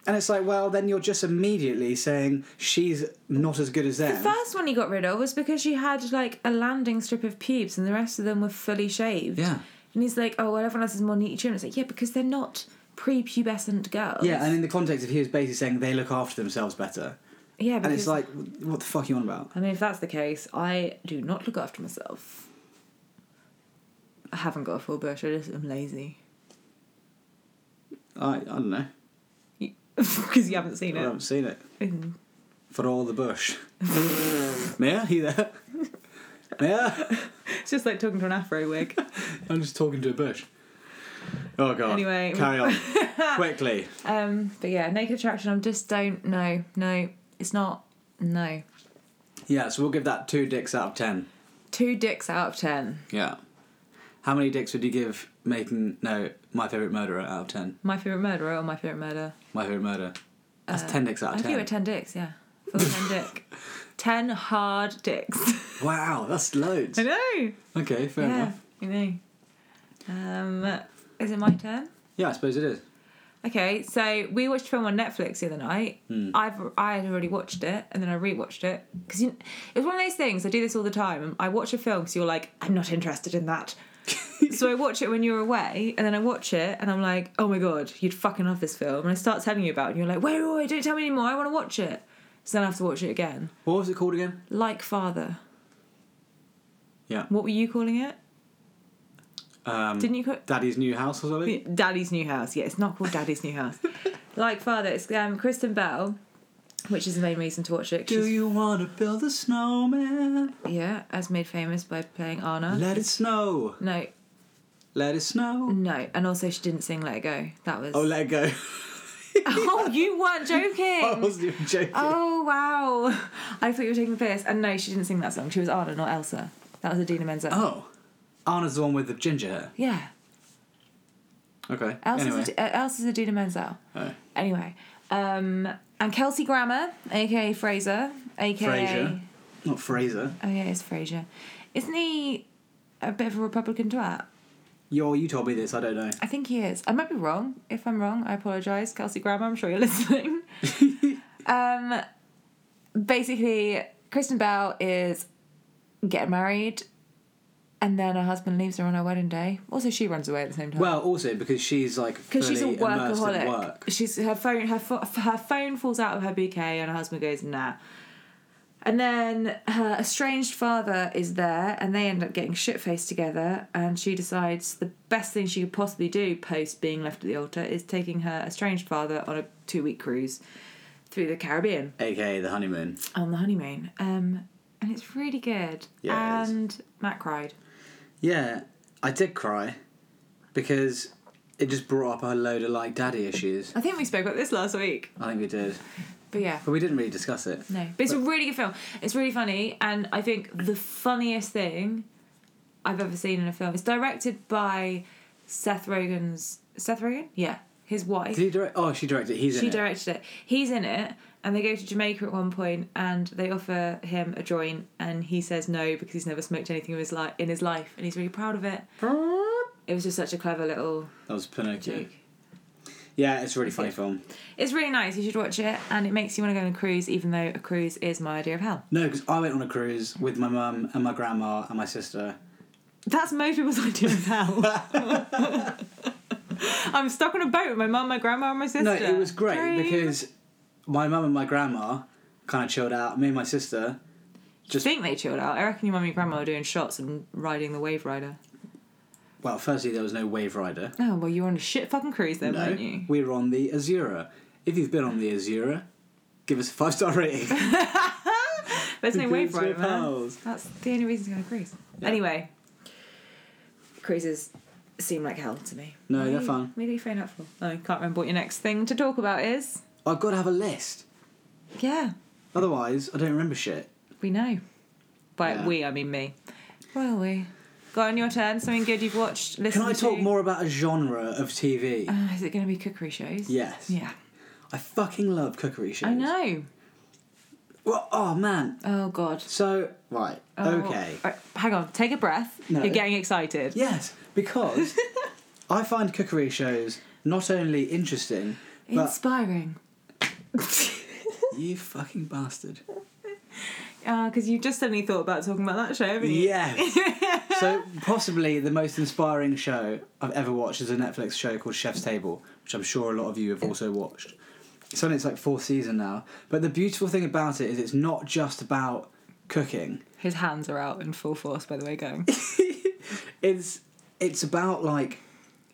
Speaker 1: And it's like, well, then you're just immediately saying she's not as good as them.
Speaker 2: First one he got rid of was because she had like a landing strip of pubes, and the rest of them were fully shaved.
Speaker 1: Yeah.
Speaker 2: And he's like, oh well, everyone else is more neat trim. It's like, yeah, because they're not prepubescent girls.
Speaker 1: Yeah, and in the context of he was basically saying they look after themselves better.
Speaker 2: yeah,
Speaker 1: And
Speaker 2: because,
Speaker 1: it's like, what the fuck are you on about?
Speaker 2: I mean, if that's the case, I do not look after myself. I haven't got a full bush. I just am lazy
Speaker 1: I, I don't know.
Speaker 2: because you haven't seen
Speaker 1: I
Speaker 2: it.
Speaker 1: haven't seen it.
Speaker 2: Mhm.
Speaker 1: For all the bush. Mia, you there? Mia?
Speaker 2: It's just like talking to an afro wig.
Speaker 1: I'm just talking to a bush. Oh god.
Speaker 2: Anyway.
Speaker 1: Carry on. Quickly.
Speaker 2: Um, but yeah, naked attraction. I just don't. No, no, it's not. No,
Speaker 1: Yeah, so we'll give that two dicks out of ten.
Speaker 2: two dicks out of ten.
Speaker 1: Yeah. How many dicks would you give making no, my favourite murderer out of ten?
Speaker 2: My favorite murderer or my favorite murder.
Speaker 1: My favourite murder. That's ten dicks out
Speaker 2: I
Speaker 1: of
Speaker 2: Uh, give
Speaker 1: ten.
Speaker 2: it ten dicks. Yeah, full ten dick. Ten hard dicks.
Speaker 1: Wow, that's loads.
Speaker 2: I know.
Speaker 1: Okay, fair
Speaker 2: yeah,
Speaker 1: enough.
Speaker 2: you know. Um, is it my turn?
Speaker 1: Yeah, I suppose it is.
Speaker 2: Okay, so we watched a film on Netflix the other night.
Speaker 1: Hmm.
Speaker 2: I've I had already watched it, and then I rewatched it because it was one of those things. I do this all the time. I watch a film because you're like, I'm not interested in that. so I watch it when you're away, and then I watch it, and I'm like, oh my god, you'd fucking love this film. And I start telling you about, it, and you're like, wait, wait, wait, don't tell me anymore. I want to watch it. So then I have to watch it again.
Speaker 1: What was it called again?
Speaker 2: Like Father.
Speaker 1: Yeah.
Speaker 2: What were you calling it?
Speaker 1: Um,
Speaker 2: Didn't you call
Speaker 1: Daddy's new house or something?
Speaker 2: Daddy's New House. Yeah, it's not called Daddy's New House. like Father, it's um, Kristen Bell, which is the main reason to watch it.
Speaker 1: Do
Speaker 2: She's,
Speaker 1: you want to build a snowman?
Speaker 2: yeah, as made famous by playing Anna.
Speaker 1: Let it snow.
Speaker 2: no,
Speaker 1: Let it snow.
Speaker 2: no, and also she didn't sing "Let It Go." That was.
Speaker 1: Oh, let it go.
Speaker 2: Oh, you weren't
Speaker 1: I
Speaker 2: joking.
Speaker 1: wasn't even joking.
Speaker 2: oh wow, I thought you were taking the piss. And no, she didn't sing that song. She was Anna, not Elsa. That was Adina Menzel.
Speaker 1: Oh. Anna's the one with the ginger hair.
Speaker 2: Yeah,
Speaker 1: Okay.
Speaker 2: Elsa's
Speaker 1: anyway.
Speaker 2: Ad- uh, Elsa's Adina Menzel.
Speaker 1: Oh.
Speaker 2: Anyway, um, and Kelsey Grammer, aka Fraser, aka
Speaker 1: Frasier. Not Fraser.
Speaker 2: Oh yeah, it's Fraser. Isn't he a bit of a Republican twat?
Speaker 1: Yo, you told me this. I don't know.
Speaker 2: I think he is. I might be wrong. If I'm wrong, I apologise, Kelsey Grammer. I'm sure you're listening. um, basically, Kristen Bell is getting married, and then her husband leaves her on her wedding day. Also, she runs away at the same time.
Speaker 1: Well, also because she's like
Speaker 2: because she's a
Speaker 1: fully immersed in
Speaker 2: workaholic.
Speaker 1: work.
Speaker 2: She's her phone. Her pho- her phone falls out of her bouquet, and her husband goes nah. And then her estranged father is there, and they end up getting shit faced together. And she decides the best thing she could possibly do post being left at the altar is taking her estranged father on a two week cruise through the Caribbean
Speaker 1: AKA the honeymoon.
Speaker 2: on the honeymoon. Um, and it's really good.
Speaker 1: Yeah, it is.
Speaker 2: and Matt cried.
Speaker 1: Yeah, I did cry because it just brought up a load of like daddy issues.
Speaker 2: I think we spoke about this last week,
Speaker 1: I think we did,
Speaker 2: but yeah.
Speaker 1: but we didn't really discuss it.
Speaker 2: No, but it's a really good film. It's really funny, and I think the funniest thing I've ever seen in a film. It's directed by Seth Rogen's Seth Rogen, yeah, his wife.
Speaker 1: Did he direct? Oh, she directed. it. He's
Speaker 2: she
Speaker 1: in it.
Speaker 2: directed it. He's in it, and they go to Jamaica at one point, and they offer him a joint, and he says no because he's never smoked anything in his life. In his life, and he's really proud of it. It was just such a clever little
Speaker 1: That was Pinocchio.
Speaker 2: joke.
Speaker 1: Yeah, it's a really funny film.
Speaker 2: It's really nice. You should watch it, and it makes you want to go on a cruise, even though a cruise is my idea of hell.
Speaker 1: No, because I went on a cruise with my mum and my grandma and my sister.
Speaker 2: That's most people's idea of hell. I'm stuck on a boat with my mum, my grandma, and my sister.
Speaker 1: No, it was great
Speaker 2: Dream.
Speaker 1: because my mum and my grandma kind of chilled out. Me and my sister.
Speaker 2: I think they chilled out. I reckon your mum and your grandma were doing shots and riding the wave rider.
Speaker 1: Well, firstly, there was no Wave Rider.
Speaker 2: Oh well, you were on a shit fucking cruise then,
Speaker 1: No,
Speaker 2: weren't you?
Speaker 1: we were on the Azura. If you've been on the Azura, give us a five star rating.
Speaker 2: There's no wave
Speaker 1: Because we're
Speaker 2: rider, man.
Speaker 1: pals.
Speaker 2: That's the only reason to go on a cruise. Anyway, cruises seem like hell to me.
Speaker 1: No,
Speaker 2: What
Speaker 1: they're
Speaker 2: are you-
Speaker 1: fun.
Speaker 2: What are you phone up for? Oh, I can't remember what your next thing to talk about is.
Speaker 1: I've got to have a list.
Speaker 2: Yeah,
Speaker 1: Otherwise, I don't remember shit.
Speaker 2: we know. By
Speaker 1: Yeah.
Speaker 2: we, I mean me. Well, we. Go on your turn. Something good you've watched.
Speaker 1: Can
Speaker 2: Listen
Speaker 1: I talk
Speaker 2: to.
Speaker 1: more about a genre of TV?
Speaker 2: Uh, is it going to be cookery shows?
Speaker 1: yes.
Speaker 2: Yeah.
Speaker 1: I fucking love cookery shows.
Speaker 2: I know.
Speaker 1: Well, oh man.
Speaker 2: Oh God.
Speaker 1: So, right.
Speaker 2: Oh.
Speaker 1: Okay.
Speaker 2: Right, hang on. Take a breath.
Speaker 1: No.
Speaker 2: You're getting excited.
Speaker 1: Yes, because I find cookery shows not only interesting, but
Speaker 2: Inspiring.
Speaker 1: you fucking bastard.
Speaker 2: Uh, Because you just suddenly thought about talking about that show, haven't you?
Speaker 1: Yes. So possibly the most inspiring show I've ever watched is a Netflix show called Chef's Table, which I'm sure a lot of you have also watched. It's on its like fourth season now. But the beautiful thing about it is it's not just about cooking.
Speaker 2: His hands are out in full force, by the way, going.
Speaker 1: It's it's about like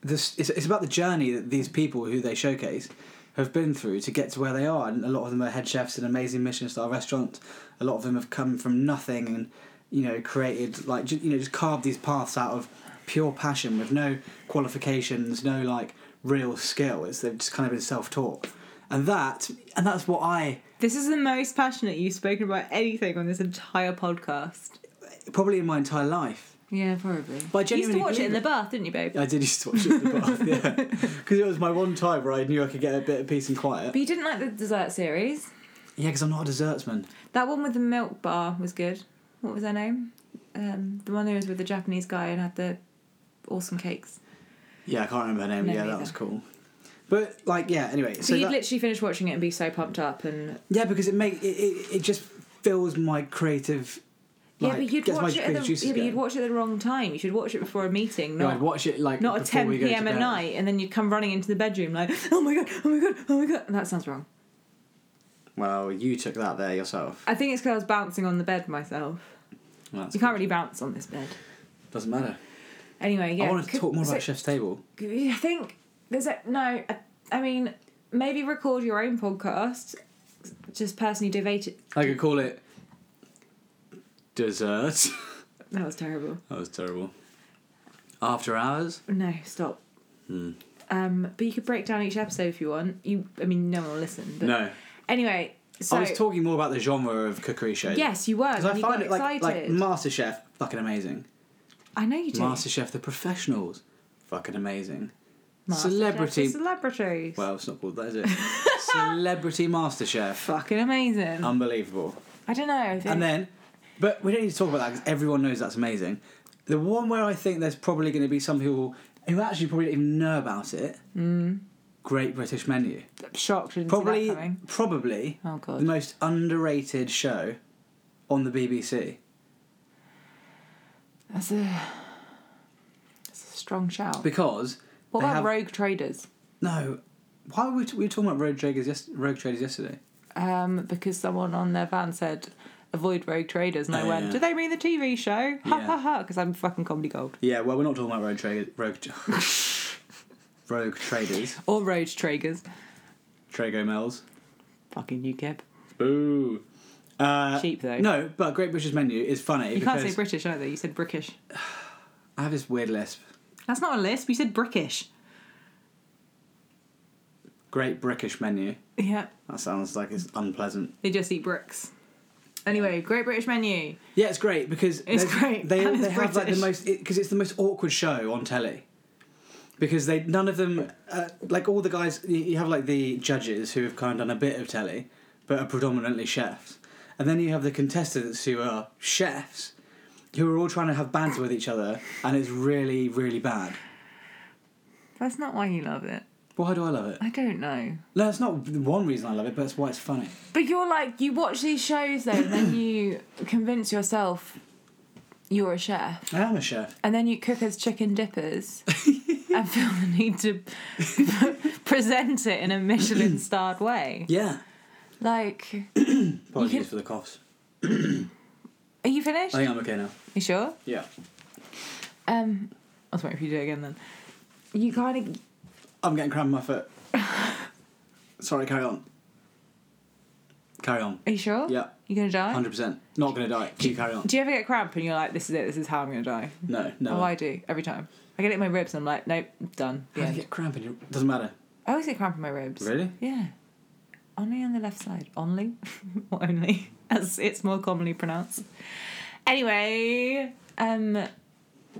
Speaker 1: this. It's, it's about the journey that these people who they showcase have been through to get to where they are. And a lot of them are head chefs in amazing Michelin star restaurants. A lot of them have come from nothing and you know created like ju- you know just carved these paths out of pure passion with no qualifications, no like real skill. It's they've just kind of been self taught. And that and that's what I
Speaker 2: this is the most passionate you've spoken about anything on this entire podcast.
Speaker 1: probably in my entire life.
Speaker 2: Yeah, probably.
Speaker 1: But I
Speaker 2: you used to
Speaker 1: genuinely
Speaker 2: watch it in
Speaker 1: believe
Speaker 2: the bath, didn't you, babe?
Speaker 1: I did used to watch it at the bath, yeah. Because it was my one time where I knew I could get a bit of peace and quiet.
Speaker 2: But you didn't like the dessert series.
Speaker 1: Yeah, because I'm not a dessertsman.
Speaker 2: That one with the milk bar was good. What was her name? Um, the one who was with the Japanese guy and had the awesome cakes.
Speaker 1: Yeah, I can't remember her name.
Speaker 2: No,
Speaker 1: yeah, that
Speaker 2: neither.
Speaker 1: was cool. But like, yeah. Anyway,
Speaker 2: So,
Speaker 1: so
Speaker 2: you'd
Speaker 1: that-
Speaker 2: literally finish watching it and be so pumped up and
Speaker 1: yeah, because it make it, it, it just fills my creative.
Speaker 2: yeah,
Speaker 1: like,
Speaker 2: but you'd
Speaker 1: gets my
Speaker 2: watch it
Speaker 1: creative
Speaker 2: at the,
Speaker 1: juices
Speaker 2: yeah, but you'd
Speaker 1: going.
Speaker 2: watch it at the wrong time. You should watch it before a meeting,
Speaker 1: No,
Speaker 2: not
Speaker 1: I'd watch it like
Speaker 2: not at
Speaker 1: before
Speaker 2: ten
Speaker 1: we go to
Speaker 2: p.m. at
Speaker 1: bed.
Speaker 2: night, and then you'd come running into the bedroom like, oh my god, oh my god, oh my god. That sounds wrong.
Speaker 1: Well, you took that there yourself.
Speaker 2: I think it's because I was bouncing on the bed myself.
Speaker 1: Well, that's-
Speaker 2: You can't really bounce on this bed.
Speaker 1: Doesn't matter.
Speaker 2: Anyway, yeah.
Speaker 1: I wanted to
Speaker 2: could-
Speaker 1: talk more about
Speaker 2: so-
Speaker 1: Chef's Table.
Speaker 2: I think there's a no. I, I mean, maybe record your own podcast. Just personally debate it.
Speaker 1: I could call it dessert.
Speaker 2: That was terrible.
Speaker 1: that was terrible. After hours.
Speaker 2: No, stop.
Speaker 1: Hmm.
Speaker 2: Um, but you could break down each episode if you want. You, I mean, no one will listen. But
Speaker 1: No,
Speaker 2: Anyway, so
Speaker 1: I was talking more about the genre of cookery shows.
Speaker 2: yes, you were.
Speaker 1: Because I
Speaker 2: and you
Speaker 1: find
Speaker 2: got
Speaker 1: it like, like
Speaker 2: excited.
Speaker 1: MasterChef, fucking amazing.
Speaker 2: I know you do.
Speaker 1: MasterChef, the professionals, fucking amazing.
Speaker 2: Master
Speaker 1: Celebrity.
Speaker 2: Chef for celebrities.
Speaker 1: Well, it's not called that, is it? Celebrity MasterChef,
Speaker 2: fucking amazing.
Speaker 1: unbelievable.
Speaker 2: I don't know. I think-
Speaker 1: Um, And then, but we don't need to talk about that because everyone knows that's amazing. The one where I think there's probably going to be some people who actually probably don't even know about it.
Speaker 2: Mm.
Speaker 1: Great British Menu,
Speaker 2: shocked. Didn't see
Speaker 1: probably,
Speaker 2: that coming.
Speaker 1: probably
Speaker 2: Oh, God.
Speaker 1: the most underrated show on the BBC.
Speaker 2: That's a, that's a strong shout.
Speaker 1: because
Speaker 2: What
Speaker 1: they
Speaker 2: about
Speaker 1: have-
Speaker 2: rogue traders?
Speaker 1: No, why were we, t- we were talking about rogue traders? Yes, rogue traders yesterday.
Speaker 2: Um, because someone on their van said, avoid rogue traders. And I
Speaker 1: Oh,
Speaker 2: went,
Speaker 1: yeah.
Speaker 2: do they mean the TV show? Ha
Speaker 1: Yeah.
Speaker 2: ha ha. Because I'm fucking comedy gold.
Speaker 1: Yeah, well, we're not talking about rogue traders. Rogue, rogue traders.
Speaker 2: Or rogue traders.
Speaker 1: Trago Mills.
Speaker 2: Fucking UKIP.
Speaker 1: Ooh. Uh,
Speaker 2: Cheap though.
Speaker 1: No, but Great British Menu is funny
Speaker 2: You
Speaker 1: because
Speaker 2: can't say British either. You said Brickish.
Speaker 1: I have this weird lisp.
Speaker 2: That's not a lisp. You said Brickish.
Speaker 1: Great British Menu.
Speaker 2: Yeah.
Speaker 1: That sounds like it's unpleasant.
Speaker 2: They just eat bricks. Anyway, Great British Menu.
Speaker 1: Yeah, it's great because
Speaker 2: It's
Speaker 1: there's-
Speaker 2: great,
Speaker 1: They,
Speaker 2: and
Speaker 1: they
Speaker 2: it's
Speaker 1: have like the most
Speaker 2: British.
Speaker 1: because it's the most awkward show on telly. Because they none of them uh, like all the guys you- you have like the judges who have kind of done a bit of telly, but are predominantly chefs, and then you have the contestants who are chefs, who are all trying to have banter with each other, and it's really really bad.
Speaker 2: That's not why you love it.
Speaker 1: Why do I love it?
Speaker 2: I don't know.
Speaker 1: No, it's not one reason I love it, but it's why it's funny.
Speaker 2: But you're like, you watch these shows though, and then you convince yourself you're a chef.
Speaker 1: I am a chef.
Speaker 2: and then you cook as chicken dippers and feel the need to present it in a Michelin starred way.
Speaker 1: Yeah.
Speaker 2: Like,
Speaker 1: Apologies
Speaker 2: can-
Speaker 1: for the coughs.
Speaker 2: are you finished?
Speaker 1: I think I'm okay now.
Speaker 2: you sure?
Speaker 1: Yeah.
Speaker 2: Um, I'll wait if you do it again then. You kind of
Speaker 1: I'm getting cramp in my foot. Sorry, carry on. Carry on.
Speaker 2: are you sure?
Speaker 1: Yeah,
Speaker 2: You gonna die?
Speaker 1: 100%. Not going to die. Do you carry on?
Speaker 2: Do you ever get cramp and you're like, this is it, this is how I'm gonna die?
Speaker 1: No, no.
Speaker 2: Oh, I do every time. I get it in my ribs and I'm like, nope, done. The
Speaker 1: How do you
Speaker 2: end.
Speaker 1: get cramp in your... Doesn't matter.
Speaker 2: I always get cramp in my ribs.
Speaker 1: Really?
Speaker 2: Yeah. Only on the left side. Only? Not only, as it's more commonly pronounced. Anyway, um,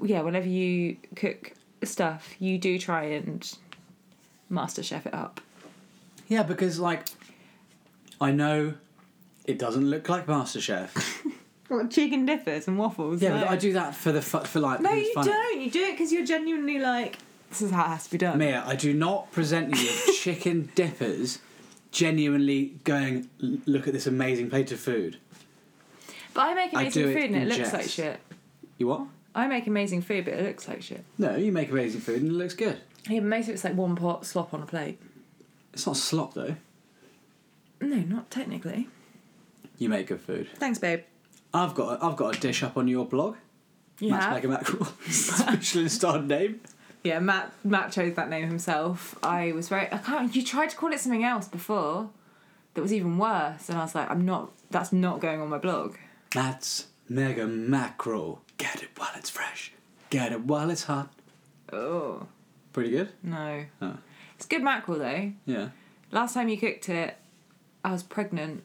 Speaker 2: yeah, whenever you cook stuff, you do try and master chef it up.
Speaker 1: Yeah, because, like, I know it doesn't look like MasterChef.
Speaker 2: What, chicken dippers and waffles?
Speaker 1: Yeah,
Speaker 2: no.
Speaker 1: but I do that for the... Fu- for, like,
Speaker 2: No,
Speaker 1: because
Speaker 2: you
Speaker 1: it's fun.
Speaker 2: don't. You do it because you're genuinely like, this is how it has to be done.
Speaker 1: Mia, I do not present you with chicken dippers genuinely going, "L- look at this amazing plate of food.
Speaker 2: But I make
Speaker 1: I
Speaker 2: amazing
Speaker 1: do it
Speaker 2: food and
Speaker 1: in
Speaker 2: it looks
Speaker 1: jest.
Speaker 2: like shit.
Speaker 1: You what?
Speaker 2: I make amazing food, but it looks like shit.
Speaker 1: No, you make amazing food and it looks good.
Speaker 2: Yeah, but most of it's like one pot slop on a plate.
Speaker 1: It's not slop though.
Speaker 2: No, not technically.
Speaker 1: You make good food.
Speaker 2: Thanks, babe.
Speaker 1: I've got a, I've got a dish up on your blog.
Speaker 2: You have?
Speaker 1: Matchmaker mackerel. Michelin starred name.
Speaker 2: Yeah, Matt Matt chose that name himself. I was very I can't you tried to call it something else before that was even worse and I was like, I'm not that's not going on my blog.
Speaker 1: Matt's mega mackerel. Get it while it's fresh. Get it while it's hot.
Speaker 2: Oh
Speaker 1: Pretty good.
Speaker 2: no.
Speaker 1: Oh,
Speaker 2: It's good mackerel though.
Speaker 1: yeah.
Speaker 2: Last time you cooked it, I was pregnant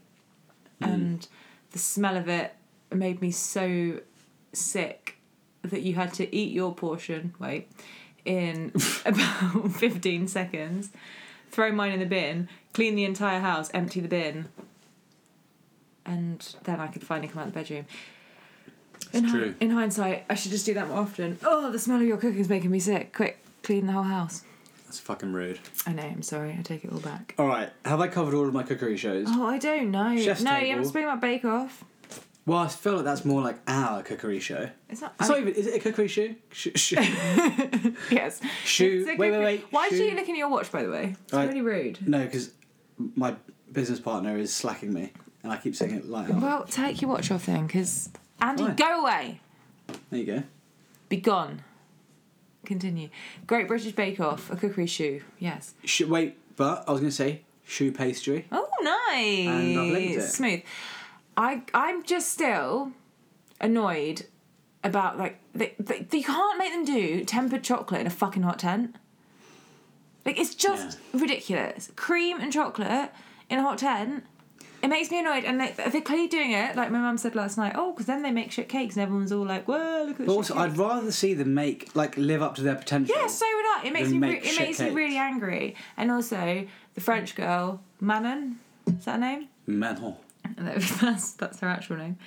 Speaker 2: and the smell of it made me so sick that you had to eat your portion, wait, in about 15 seconds, throw mine in the bin, clean the entire house, empty the bin, and then I could finally come out of the bedroom. in, hi-
Speaker 1: true.
Speaker 2: in hindsight, I should just do that more often. Oh, the smell of your cooking is making me sick. Quick, clean the whole house.
Speaker 1: That's fucking rude.
Speaker 2: I know, I'm sorry, I take it all back.
Speaker 1: All right. Have I covered all of my cookery shows?
Speaker 2: Oh, I don't know.
Speaker 1: Chef's
Speaker 2: no, you
Speaker 1: Table.
Speaker 2: haven't spoken about Bake Off.
Speaker 1: Well, I feel like that's more like our cookery show.
Speaker 2: It's not.
Speaker 1: It's
Speaker 2: I-
Speaker 1: not even. Is it a cookery show? Sh- sh-
Speaker 2: yes.
Speaker 1: Shoe.
Speaker 2: It's a good-
Speaker 1: Wait, wait, wait.
Speaker 2: Why
Speaker 1: Shoe.
Speaker 2: did you look at your watch, by the way? It's
Speaker 1: Right.
Speaker 2: really rude.
Speaker 1: no, because my business partner is slacking me, and I keep saying it like. that.
Speaker 2: Well, take your watch off then, because Andy,
Speaker 1: Why?
Speaker 2: go away.
Speaker 1: There you go.
Speaker 2: Be gone. Continue. Great British Bake Off, a cookery shoe. Yes.
Speaker 1: Sh- wait, but I was going to say shoe pastry.
Speaker 2: Oh, nice.
Speaker 1: And I've linked it.
Speaker 2: Smooth. I I'm just still annoyed about like they, they, they can't make them do tempered chocolate in a fucking hot tent. Like it's just ridiculous. Cream and chocolate in a hot tent. It makes me annoyed, and like, they're clearly doing it. Like my mum said last night, oh, because then they make shit cakes, and everyone's all like, "Whoa, look at
Speaker 1: But
Speaker 2: the
Speaker 1: also,
Speaker 2: shit cake."
Speaker 1: I'd rather see them make like live up to their potential.
Speaker 2: Yeah, so would I. It makes me
Speaker 1: Then
Speaker 2: re-
Speaker 1: make
Speaker 2: it
Speaker 1: shit
Speaker 2: makes me
Speaker 1: cakes.
Speaker 2: really angry. And also the French girl Manon, is that her name?
Speaker 1: Manon.
Speaker 2: And that- that's that's her actual name.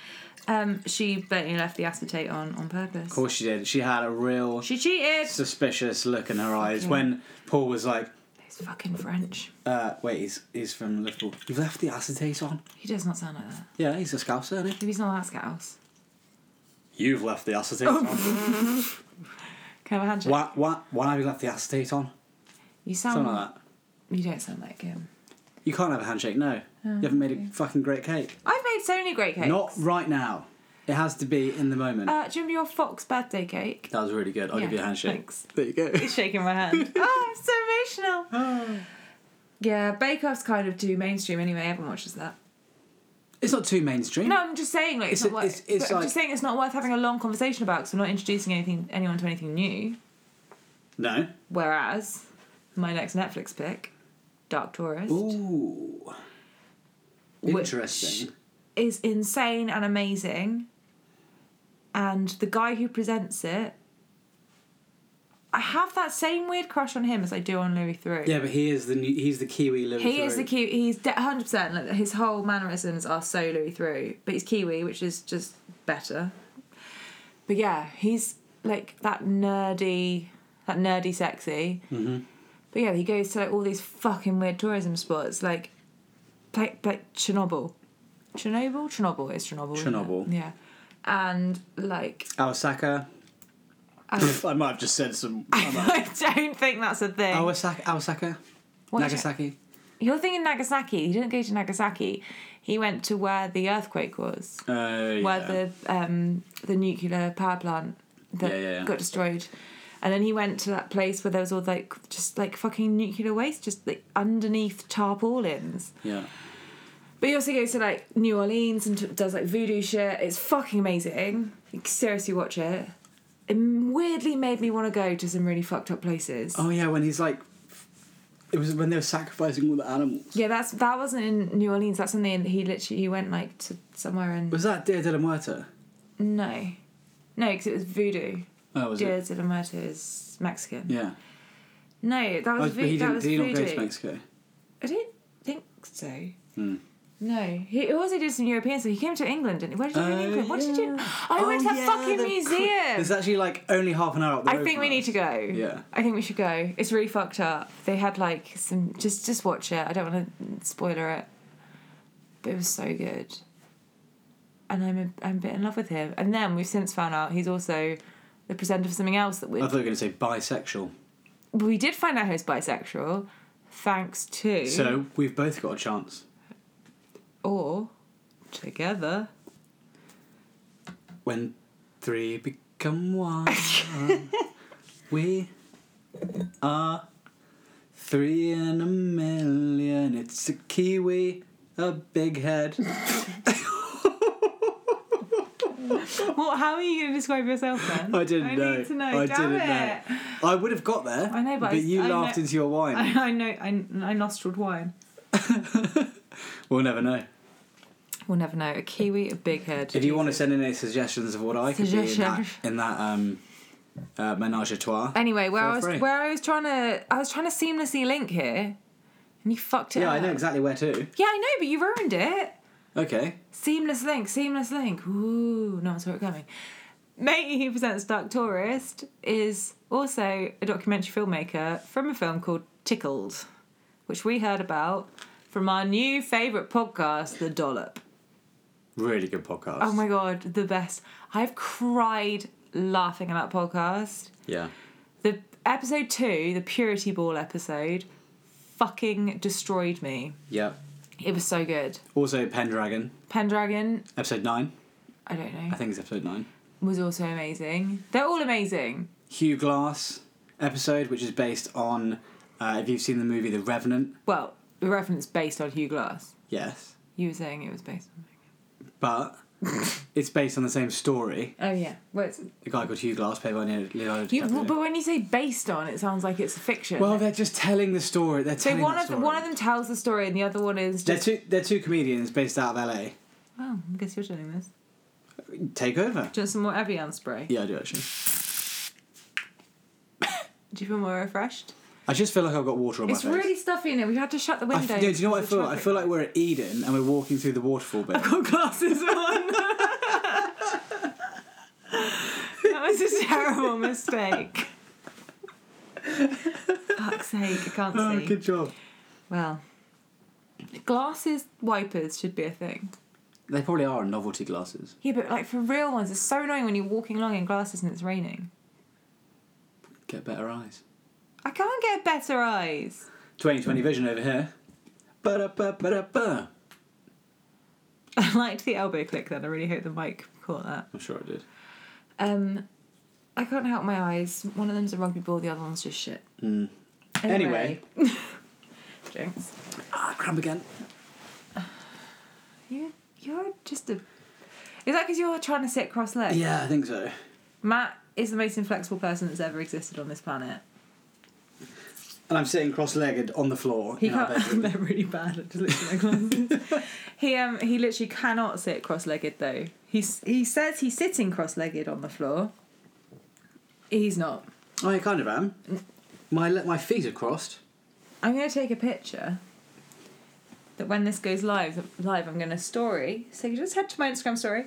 Speaker 2: Um, she blatantly left the acetate on on purpose.
Speaker 1: Of course she did. She had a real
Speaker 2: She cheated.
Speaker 1: suspicious look in her eyes
Speaker 2: Fucking-
Speaker 1: when Paul was like,
Speaker 2: He's fucking French.
Speaker 1: uh, "Wait, he's he's from Liverpool. You've left the acetate on.
Speaker 2: He does not sound like that.
Speaker 1: Yeah, he's a scouser, isn't he?
Speaker 2: Maybe he's not that scouse.
Speaker 1: You've left the acetate
Speaker 2: Oh,
Speaker 1: on.
Speaker 2: Can I have a handshake?
Speaker 1: Why, why, why have you left the acetate on?
Speaker 2: You sound.
Speaker 1: Something like that.
Speaker 2: You don't sound like him.
Speaker 1: You can't have a handshake. No,
Speaker 2: Oh,
Speaker 1: you haven't made a fucking great cake.
Speaker 2: I've made so many great cakes.
Speaker 1: Not right now. It has to be in the moment.
Speaker 2: Uh, do you remember your fox birthday cake?
Speaker 1: that was really good. I'll give
Speaker 2: yeah,
Speaker 1: you a handshake.
Speaker 2: thanks.
Speaker 1: There you go.
Speaker 2: He's shaking my hand. oh, it's so emotional.
Speaker 1: Oh.
Speaker 2: Yeah, Bake Off's kind of too mainstream anyway. Everyone watches that.
Speaker 1: It's not too mainstream.
Speaker 2: No, I'm just saying like it's,
Speaker 1: It's-
Speaker 2: not worth.
Speaker 1: it's- it's
Speaker 2: but I'm
Speaker 1: like-
Speaker 2: just saying it's not worth having a long conversation about because we're not introducing anything anyone to anything new.
Speaker 1: No.
Speaker 2: Whereas my next Netflix pick, Dark Tourist,
Speaker 1: Ooh.
Speaker 2: Which-
Speaker 1: Interesting.
Speaker 2: is insane and amazing. And the guy who presents it, I have that same weird crush on him as I do on Louis Theroux.
Speaker 1: Yeah, but he is the new, he's the Kiwi Louis.
Speaker 2: He is the
Speaker 1: Theroux.
Speaker 2: Kiwi. He's de- 100%. Like, his whole mannerisms are so Louis Theroux. But he's Kiwi, which is just better. But yeah, he's like that nerdy, that nerdy sexy. Mm-hmm. But yeah, he goes to like all these fucking weird tourism spots, like, like, like Chernobyl. Chernobyl? Chernobyl is Chernobyl. isn't it?
Speaker 1: Chernobyl.
Speaker 2: Yeah. And like,
Speaker 1: Awasaka.
Speaker 2: Oh.
Speaker 1: I might have just said some.
Speaker 2: I don't think that's a thing.
Speaker 1: Awasaka. Awasaka.
Speaker 2: What is it?
Speaker 1: Nagasaki.
Speaker 2: You're thinking Nagasaki. He didn't go to Nagasaki. He went to where the earthquake was.
Speaker 1: Uh,
Speaker 2: where
Speaker 1: yeah.
Speaker 2: the um, the nuclear power plant that
Speaker 1: Yeah, yeah, yeah.
Speaker 2: got destroyed, and then he went to that place where there was all like just like fucking nuclear waste, just like underneath tarpaulins.
Speaker 1: Yeah.
Speaker 2: But he also goes to like New Orleans and t- does like voodoo shit. It's fucking amazing. Like, seriously, watch it. It weirdly made me want to go to some really fucked up places.
Speaker 1: Oh yeah, when he's like, it was when they were sacrificing all the animals.
Speaker 2: Yeah, that's that wasn't in New Orleans. That's something he literally he went like to somewhere in
Speaker 1: Was that Dia de la Muerte?
Speaker 2: no, no, because it was voodoo.
Speaker 1: Oh, was
Speaker 2: Dia
Speaker 1: it?
Speaker 2: de la Muerte is Mexican.
Speaker 1: Yeah.
Speaker 2: No, that
Speaker 1: Oh,
Speaker 2: was,
Speaker 1: but he
Speaker 2: vo- that
Speaker 1: didn't,
Speaker 2: was
Speaker 1: did he not go to
Speaker 2: voodoo.
Speaker 1: Mexico?
Speaker 2: I don't think so.
Speaker 1: Hmm.
Speaker 2: No, he also did some European stuff. He came to England, didn't he? Where did he go in
Speaker 1: Oh,
Speaker 2: England? What did he do?
Speaker 1: yeah.
Speaker 2: I went to
Speaker 1: Oh,
Speaker 2: that
Speaker 1: yeah,
Speaker 2: fucking
Speaker 1: the cr-
Speaker 2: museum.
Speaker 1: There's actually like only half an hour up the
Speaker 2: I
Speaker 1: road
Speaker 2: think
Speaker 1: from
Speaker 2: we
Speaker 1: us.
Speaker 2: need to go.
Speaker 1: Yeah.
Speaker 2: I think we should go. It's really fucked up. They had like some just just watch it. I don't want to spoiler it, but it was so good. And I'm a, I'm a bit in love with him. And then we've since found out he's also the presenter for something else that we
Speaker 1: I thought you were going to say bisexual.
Speaker 2: we did find out he was bisexual, thanks to
Speaker 1: So we've both got a chance.
Speaker 2: or together.
Speaker 1: When three become one, we are three in a million. It's a kiwi, a big head.
Speaker 2: Well, how are you going to describe yourself then?
Speaker 1: I didn't know.
Speaker 2: need to know.
Speaker 1: I
Speaker 2: Damn
Speaker 1: didn't
Speaker 2: it.
Speaker 1: know. I would have got there.
Speaker 2: I know, but I s-
Speaker 1: you
Speaker 2: I
Speaker 1: laughed
Speaker 2: know-
Speaker 1: into your wine.
Speaker 2: I, I know. I, I nostrilled wine.
Speaker 1: We'll never know.
Speaker 2: We'll never know. A kiwi, a big head.
Speaker 1: If you want to send in any suggestions of what I could be in that,
Speaker 2: Suggestions.
Speaker 1: in that um, uh, menage a trois.
Speaker 2: Anyway, where
Speaker 1: Feel
Speaker 2: I was,
Speaker 1: free.
Speaker 2: where I was trying to, I was trying to seamlessly link here, and you fucked it.
Speaker 1: Yeah,
Speaker 2: up.
Speaker 1: I know exactly where to.
Speaker 2: Yeah, I know, but you ruined it.
Speaker 1: Okay.
Speaker 2: Seamless link, seamless link. Ooh, no one saw it coming. Matey Who Presents Dark Tourist is also a documentary filmmaker from a film called Tickled, which we heard about from our new favourite podcast, The Dollop.
Speaker 1: Really good podcast.
Speaker 2: Oh my god, the best. I've cried laughing at that podcast.
Speaker 1: Yeah.
Speaker 2: The episode two, the Purity Ball episode, fucking destroyed me.
Speaker 1: Yeah.
Speaker 2: It was so good.
Speaker 1: Also, Pendragon,
Speaker 2: Pendragon,
Speaker 1: episode nine.
Speaker 2: I don't know.
Speaker 1: I think it's episode nine.
Speaker 2: was also amazing. They're all amazing.
Speaker 1: Hugh Glass episode, which is based on uh, if you've seen the movie The Revenant.
Speaker 2: Well, the reference based on Hugh Glass.
Speaker 1: Yes.
Speaker 2: You were saying it was based on.
Speaker 1: But it's based on the same story.
Speaker 2: Oh yeah, well, it's,
Speaker 1: A guy called Hugh Glass, played by Leonardo
Speaker 2: you,
Speaker 1: DiCaprio.
Speaker 2: but when you say based on, it sounds like it's a fiction.
Speaker 1: well, they're just telling the story. They're
Speaker 2: so
Speaker 1: telling
Speaker 2: one
Speaker 1: the
Speaker 2: of
Speaker 1: story.
Speaker 2: one of them tells the story, and the other one is
Speaker 1: They're
Speaker 2: just.
Speaker 1: two, they're two comedians based out of LA.
Speaker 2: Well, I guess you're doing this.
Speaker 1: Take over.
Speaker 2: Do you want some more Evian spray?
Speaker 1: Yeah, I do actually.
Speaker 2: Do you feel more refreshed?
Speaker 1: I just feel like I've got water on
Speaker 2: It's
Speaker 1: my face.
Speaker 2: really stuffy in here. We had to shut the
Speaker 1: I f-
Speaker 2: window.
Speaker 1: no, do you know what I
Speaker 2: because of
Speaker 1: feel? like? I feel like
Speaker 2: traffic. Oh,
Speaker 1: we're at Eden and we're walking through the waterfall bit.
Speaker 2: I've got glasses on. that was a terrible mistake. Fuck's sake, I can't
Speaker 1: Oh,
Speaker 2: see.
Speaker 1: good job.
Speaker 2: Well, glasses wipers should be a thing.
Speaker 1: They probably are novelty glasses.
Speaker 2: Yeah, but like for real ones, it's so annoying when you're walking along in glasses and it's raining.
Speaker 1: Get better eyes.
Speaker 2: I can't get better eyes.
Speaker 1: 2020 vision over here. Ba-da-ba-ba-da-ba.
Speaker 2: I liked the elbow click then. I really hope the mic caught that.
Speaker 1: I'm sure I did.
Speaker 2: Um, I can't help my eyes. One of them's a rugby ball, the other one's just shit. Anyway. Jinx.
Speaker 1: Ah, cramp again.
Speaker 2: You, you're just a. Is that because you're trying to sit cross legged?
Speaker 1: Yeah, I think so.
Speaker 2: Matt is the most inflexible person that's ever existed on this planet.
Speaker 1: And I'm sitting cross-legged on the floor.
Speaker 2: He
Speaker 1: in our
Speaker 2: can't.
Speaker 1: bedroom.
Speaker 2: They're really bad at just literally my glasses. he um he literally cannot sit cross-legged though. He s- he says he's sitting cross-legged on the floor. He's not.
Speaker 1: I kind of am. My le- my feet are crossed.
Speaker 2: I'm gonna take a picture. That when this goes live, live I'm gonna story. So you just head to my Instagram story.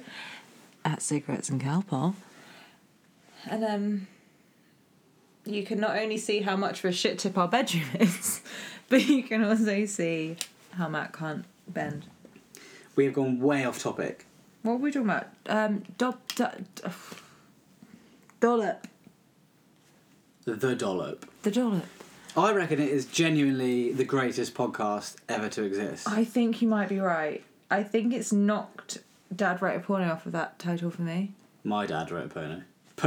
Speaker 2: At cigarettes and cowpole. And um. You can not only see how much of a shit tip our bedroom is, but you can also see how Matt can't bend.
Speaker 1: We have gone way off topic.
Speaker 2: What were we talking about? Um, dob, oh. do, do, dollop.
Speaker 1: The Dollop.
Speaker 2: The dollop.
Speaker 1: I reckon it is genuinely the greatest podcast ever to exist.
Speaker 2: I think you might be right. I think it's knocked Dad Wrote a Porno off of that title for me.
Speaker 1: My dad wrote Pono. Pono.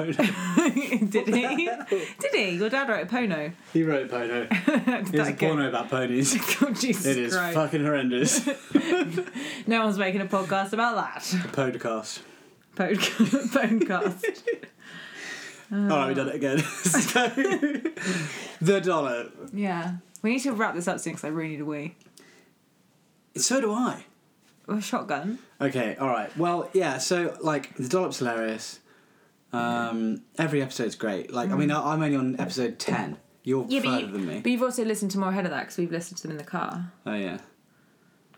Speaker 2: Did he? Did he? Your dad wrote a Pono.
Speaker 1: he wrote Pono. It's a
Speaker 2: That
Speaker 1: porno about ponies.
Speaker 2: goes- Oh, Jesus
Speaker 1: It is
Speaker 2: Christ.
Speaker 1: fucking horrendous.
Speaker 2: No one's making a podcast about that.
Speaker 1: Podcast.
Speaker 2: Podcast. Podcast.
Speaker 1: All right, we've done it again. so, the dollar.
Speaker 2: yeah. We need to wrap this up soon because I really need a wee.
Speaker 1: So do I.
Speaker 2: Or a shotgun.
Speaker 1: Okay, all right. Well, yeah. So like the dollop's hilarious. Um, every episode's great. Like I mean, I- I'm only on episode ten. You're
Speaker 2: but,
Speaker 1: further than me.
Speaker 2: but you've also listened to more ahead of that because we've listened to them in the car.
Speaker 1: oh yeah.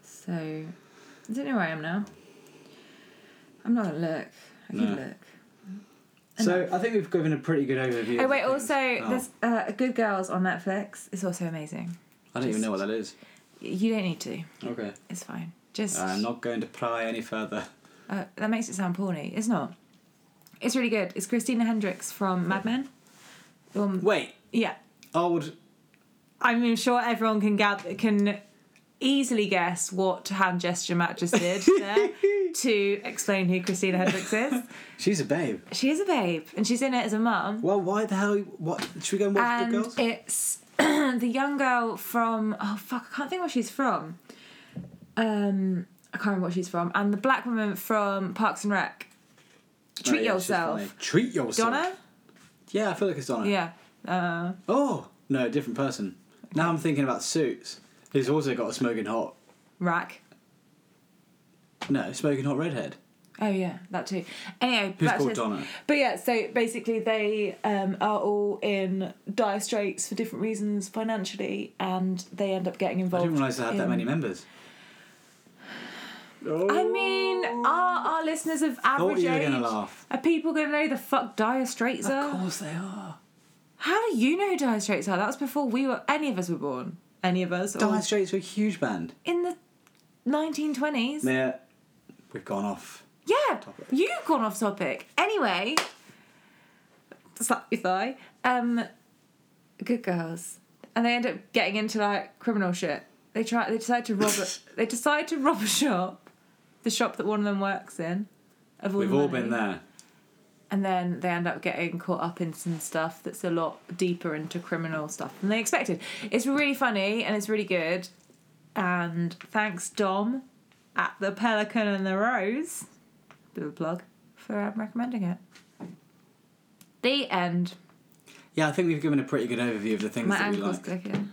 Speaker 2: So I don't know where I am now. I'm not gonna look. I could
Speaker 1: No.
Speaker 2: look.
Speaker 1: So I think we've given a pretty good overview.
Speaker 2: Oh
Speaker 1: of
Speaker 2: wait,
Speaker 1: the things.
Speaker 2: also
Speaker 1: Oh,
Speaker 2: there's uh, Good Girls on Netflix. It's also amazing.
Speaker 1: I don't even know what that is.
Speaker 2: Y- You don't need to.
Speaker 1: Okay.
Speaker 2: It's fine. Just
Speaker 1: Uh, I'm not going to pry any further.
Speaker 2: uh, that makes it sound porny. It's not. It's really good. It's Christina Hendricks from Mad Men. Um,
Speaker 1: Wait,
Speaker 2: yeah,
Speaker 1: old.
Speaker 2: I'm sure everyone can gather can easily guess what hand gesture Matt just did there to explain who Christina Hendricks is.
Speaker 1: She's a babe.
Speaker 2: She is a babe, and she's in it as a mum.
Speaker 1: Well, why the hell? What should we go and watch
Speaker 2: and eh,
Speaker 1: Good Girls?
Speaker 2: it's the young girl from oh fuck, I can't think where she's from. Um, I can't remember what she's from, and the black woman from Parks and Rec.
Speaker 1: Oh,
Speaker 2: Treat
Speaker 1: yeah, she's funny.
Speaker 2: yourself,
Speaker 1: Treat yourself.
Speaker 2: Donna.
Speaker 1: Yeah, I feel like it's Donna.
Speaker 2: Yeah. Uh,
Speaker 1: Oh no, different person. Now I'm thinking about Suits. Who's also got a smoking hot.
Speaker 2: Rack.
Speaker 1: No, smoking hot redhead.
Speaker 2: Oh yeah, that too. Anyway,
Speaker 1: Who's
Speaker 2: back to
Speaker 1: called
Speaker 2: this.
Speaker 1: Donna?
Speaker 2: But yeah, so basically they um, are all in dire straits for different reasons financially, and they end up getting
Speaker 1: I
Speaker 2: involved.
Speaker 1: didn't realise they had that
Speaker 2: in-
Speaker 1: many members.
Speaker 2: I mean, are our listeners of
Speaker 1: thought
Speaker 2: average
Speaker 1: you were
Speaker 2: age?
Speaker 1: gonna laugh.
Speaker 2: Are people going to know who the fuck Dire Straits
Speaker 1: Of
Speaker 2: are?
Speaker 1: course they are.
Speaker 2: How do you know who Dire Straits are? That was before we were any of us were born. Any of us? or-
Speaker 1: Dire Straits were a huge band.
Speaker 2: in the 1920s.
Speaker 1: Yeah, we've gone off.
Speaker 2: Yeah, you've gone off topic. Anyway, slap your thigh. Um, good girls, and they end up getting into like criminal shit. They try. They decide to rob. A, they decide to rob a shop, the shop that one of them works in. Of all
Speaker 1: We've
Speaker 2: the
Speaker 1: all
Speaker 2: money.
Speaker 1: been there.
Speaker 2: And then they end up getting caught up in some stuff that's a lot deeper into criminal stuff than they expected. It's really funny and it's really good. And thanks, Dom, at the Pelican and the Rose, bit of a plug, for um, recommending it. The end.
Speaker 1: Yeah, I think we've given a pretty good overview of the things
Speaker 2: My
Speaker 1: that we
Speaker 2: ankle's
Speaker 1: like.
Speaker 2: clicking.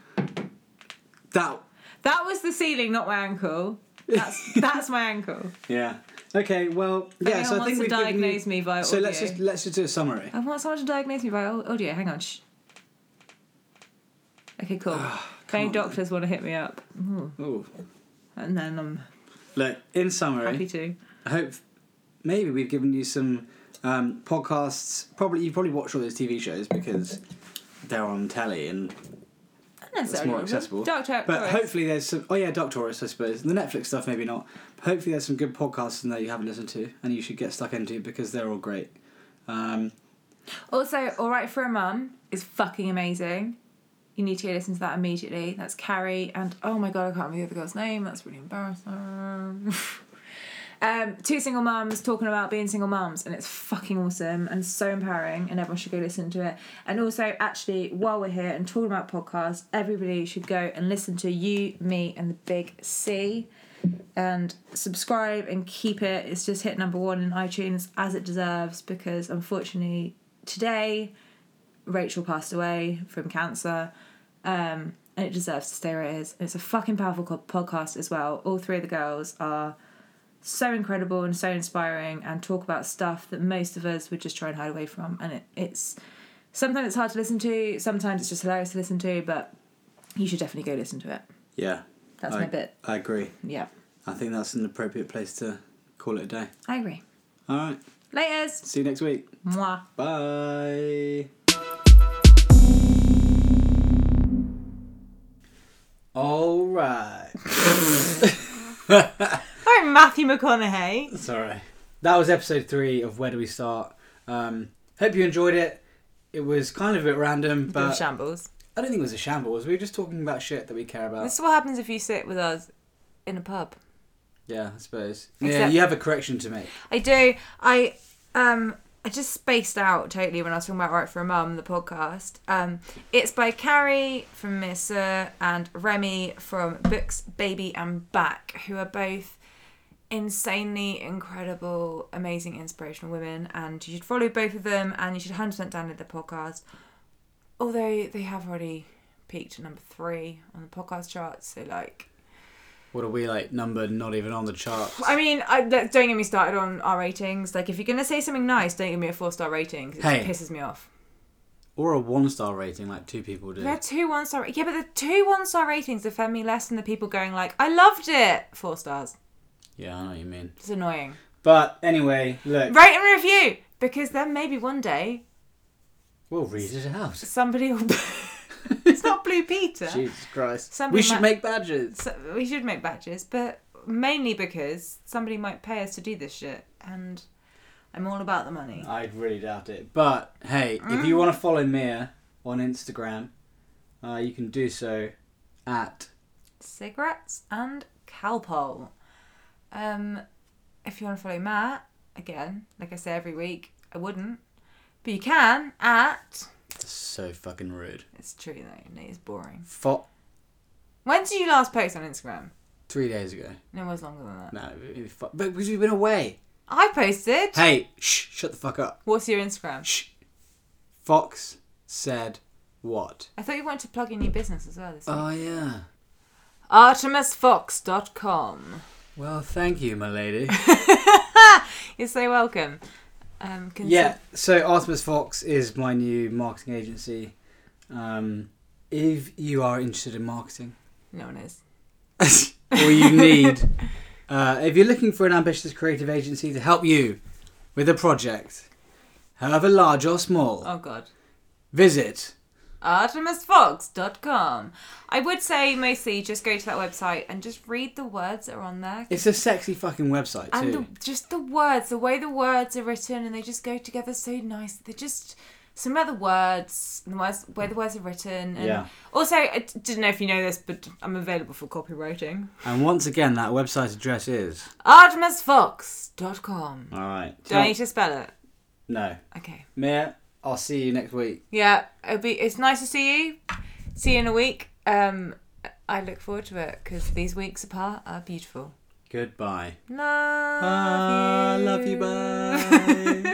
Speaker 1: That.
Speaker 2: That was the ceiling, not my ankle. That's that's my ankle.
Speaker 1: Yeah. Okay. Well.
Speaker 2: If
Speaker 1: Yeah.
Speaker 2: anyone
Speaker 1: So I think
Speaker 2: wants to
Speaker 1: we've given you-
Speaker 2: diagnose me by
Speaker 1: So let's
Speaker 2: audio.
Speaker 1: just let's just do a summary.
Speaker 2: I want someone to diagnose me by au- audio. Hang on. Shh. Okay, cool. If any
Speaker 1: Ah, on,
Speaker 2: doctors want to hit me up, Oh.
Speaker 1: Ooh.
Speaker 2: and then I'm
Speaker 1: Look. In summary,
Speaker 2: happy to.
Speaker 1: I hope maybe we've given you some um, podcasts. Probably you probably watch all those TV shows because they're on telly and it's
Speaker 2: Unnecessarily.
Speaker 1: more accessible.
Speaker 2: Doctor,
Speaker 1: But hopefully there's some. Oh yeah, Doctorus, I suppose. The Netflix stuff maybe not. Hopefully there's some good podcasts in there you haven't listened to and you should get stuck into because they're all great. Um,
Speaker 2: Also, All Right for a Mum is fucking amazing. You need to go listen to that immediately. That's Carrie and oh my god, I can't remember the other girl's name. That's really embarrassing. um, two single mums talking about being single mums, and it's fucking awesome and so empowering. And everyone should go listen to it. And also, actually, while we're here and talking about podcasts, everybody should go and listen to you, me, and the Big C. and subscribe and keep it. It's just hit number one in iTunes as it deserves because unfortunately today Rachel passed away from cancer. Um, and it deserves to stay where it is. And it's a fucking powerful co- podcast as well. All three of the girls are so incredible and so inspiring and talk about stuff that most of us would just try and hide away from. And it, it's sometimes it's hard to listen to, sometimes it's just hilarious to listen to, but you should definitely go listen to it.
Speaker 1: yeah.
Speaker 2: That's
Speaker 1: I,
Speaker 2: my bit.
Speaker 1: I agree.
Speaker 2: Yeah,
Speaker 1: I think that's an appropriate place to call it a day.
Speaker 2: I agree.
Speaker 1: All right.
Speaker 2: Laters!
Speaker 1: See you next week.
Speaker 2: Mwah.
Speaker 1: Bye. All right.
Speaker 2: All right, Matthew McConaughey.
Speaker 1: Sorry. That was episode three of Where Do We Start. Um, hope you enjoyed it. It was kind of a bit random, but I
Speaker 2: shambles.
Speaker 1: don't think it was a shambles. We were just talking about shit that we care about.
Speaker 2: This is what happens if you sit with us in a pub.
Speaker 1: Yeah, I suppose. yeah,
Speaker 2: Except-
Speaker 1: you have a correction to make.
Speaker 2: I do. I um. I just spaced out totally when I was talking about Right for a Mum, the podcast. Um, it's by Carrie from Missa and Remy from Books, Baby and Back, who are both insanely incredible, amazing, inspirational women. And you should follow both of them and you should 100% download their podcast. Although they have already peaked at number three on the podcast charts, so like
Speaker 1: What are we like? Number not even on the chart.
Speaker 2: I mean, I, that- don't get me started on our ratings. Like, if you're gonna say something nice, don't give me a four star rating. 'cause
Speaker 1: Hey.
Speaker 2: It pisses me off.
Speaker 1: Or a one star rating like two people do.
Speaker 2: They're two one star. Yeah, but the two one star ratings offend me less than the people going like, "I loved it." Four stars.
Speaker 1: Yeah, I know what you mean.
Speaker 2: It's annoying.
Speaker 1: But anyway, look,
Speaker 2: Rate and review because then maybe one day
Speaker 1: we'll read it out.
Speaker 2: somebody will. it's not Blue Peter.
Speaker 1: Jesus Christ.
Speaker 2: Somebody
Speaker 1: we should
Speaker 2: might-
Speaker 1: make badges.
Speaker 2: So we should make badges, but mainly because somebody might pay us to do this shit, and I'm all about the money.
Speaker 1: I really doubt it. But hey, if
Speaker 2: Mm.
Speaker 1: you want to follow Mia on Instagram, uh, you can do so at
Speaker 2: Cigarettes and Calpol. Um, if you want to follow Matt, again, like I say every week, I wouldn't. But you can at.
Speaker 1: so fucking rude.
Speaker 2: It's true though, Nate is boring.
Speaker 1: Fo-
Speaker 2: When did you last post on Instagram?
Speaker 1: three days ago.
Speaker 2: No, it was longer than that.
Speaker 1: No, it- it- fu- but because we've been away.
Speaker 2: I posted.
Speaker 1: Hey, shh, shut the fuck up.
Speaker 2: What's your Instagram?
Speaker 1: Shh. Fox said what?
Speaker 2: I thought you wanted to plug in your business as well this week.
Speaker 1: Oh yeah.
Speaker 2: ArtemisFox.com.
Speaker 1: Well, thank you, my lady.
Speaker 2: You're so welcome. Um, can
Speaker 1: yeah. So Artemis Fox is my new marketing agency. Um, if you are interested in marketing,
Speaker 2: No one is.
Speaker 1: or you need. Uh, if you're looking for an ambitious creative agency to help you with a project, however large or small,
Speaker 2: Oh, God.
Speaker 1: visit.
Speaker 2: ArtemisFox.com. I would say mostly just go to that website and just read the words that are on there.
Speaker 1: It's a sexy fucking website
Speaker 2: and the,
Speaker 1: too.
Speaker 2: just the words, the way the words are written, and they just go together so nice. They're just some other words, and the words, where the words are written. And
Speaker 1: Yeah.
Speaker 2: Also, I d- didn't know if you know this, but I'm available for copywriting.
Speaker 1: And once again, that website address is.
Speaker 2: ArtemisFox.com.
Speaker 1: All right.
Speaker 2: Do I need to spell it?
Speaker 1: No,
Speaker 2: Okay.
Speaker 1: Mia. I'll see you next week.
Speaker 2: Yeah, it'll be. It's nice to see you. See you in a week. Um, I look forward to it because these weeks apart are beautiful.
Speaker 1: Goodbye.
Speaker 2: Love
Speaker 1: Ah,
Speaker 2: you.
Speaker 1: love you. Bye.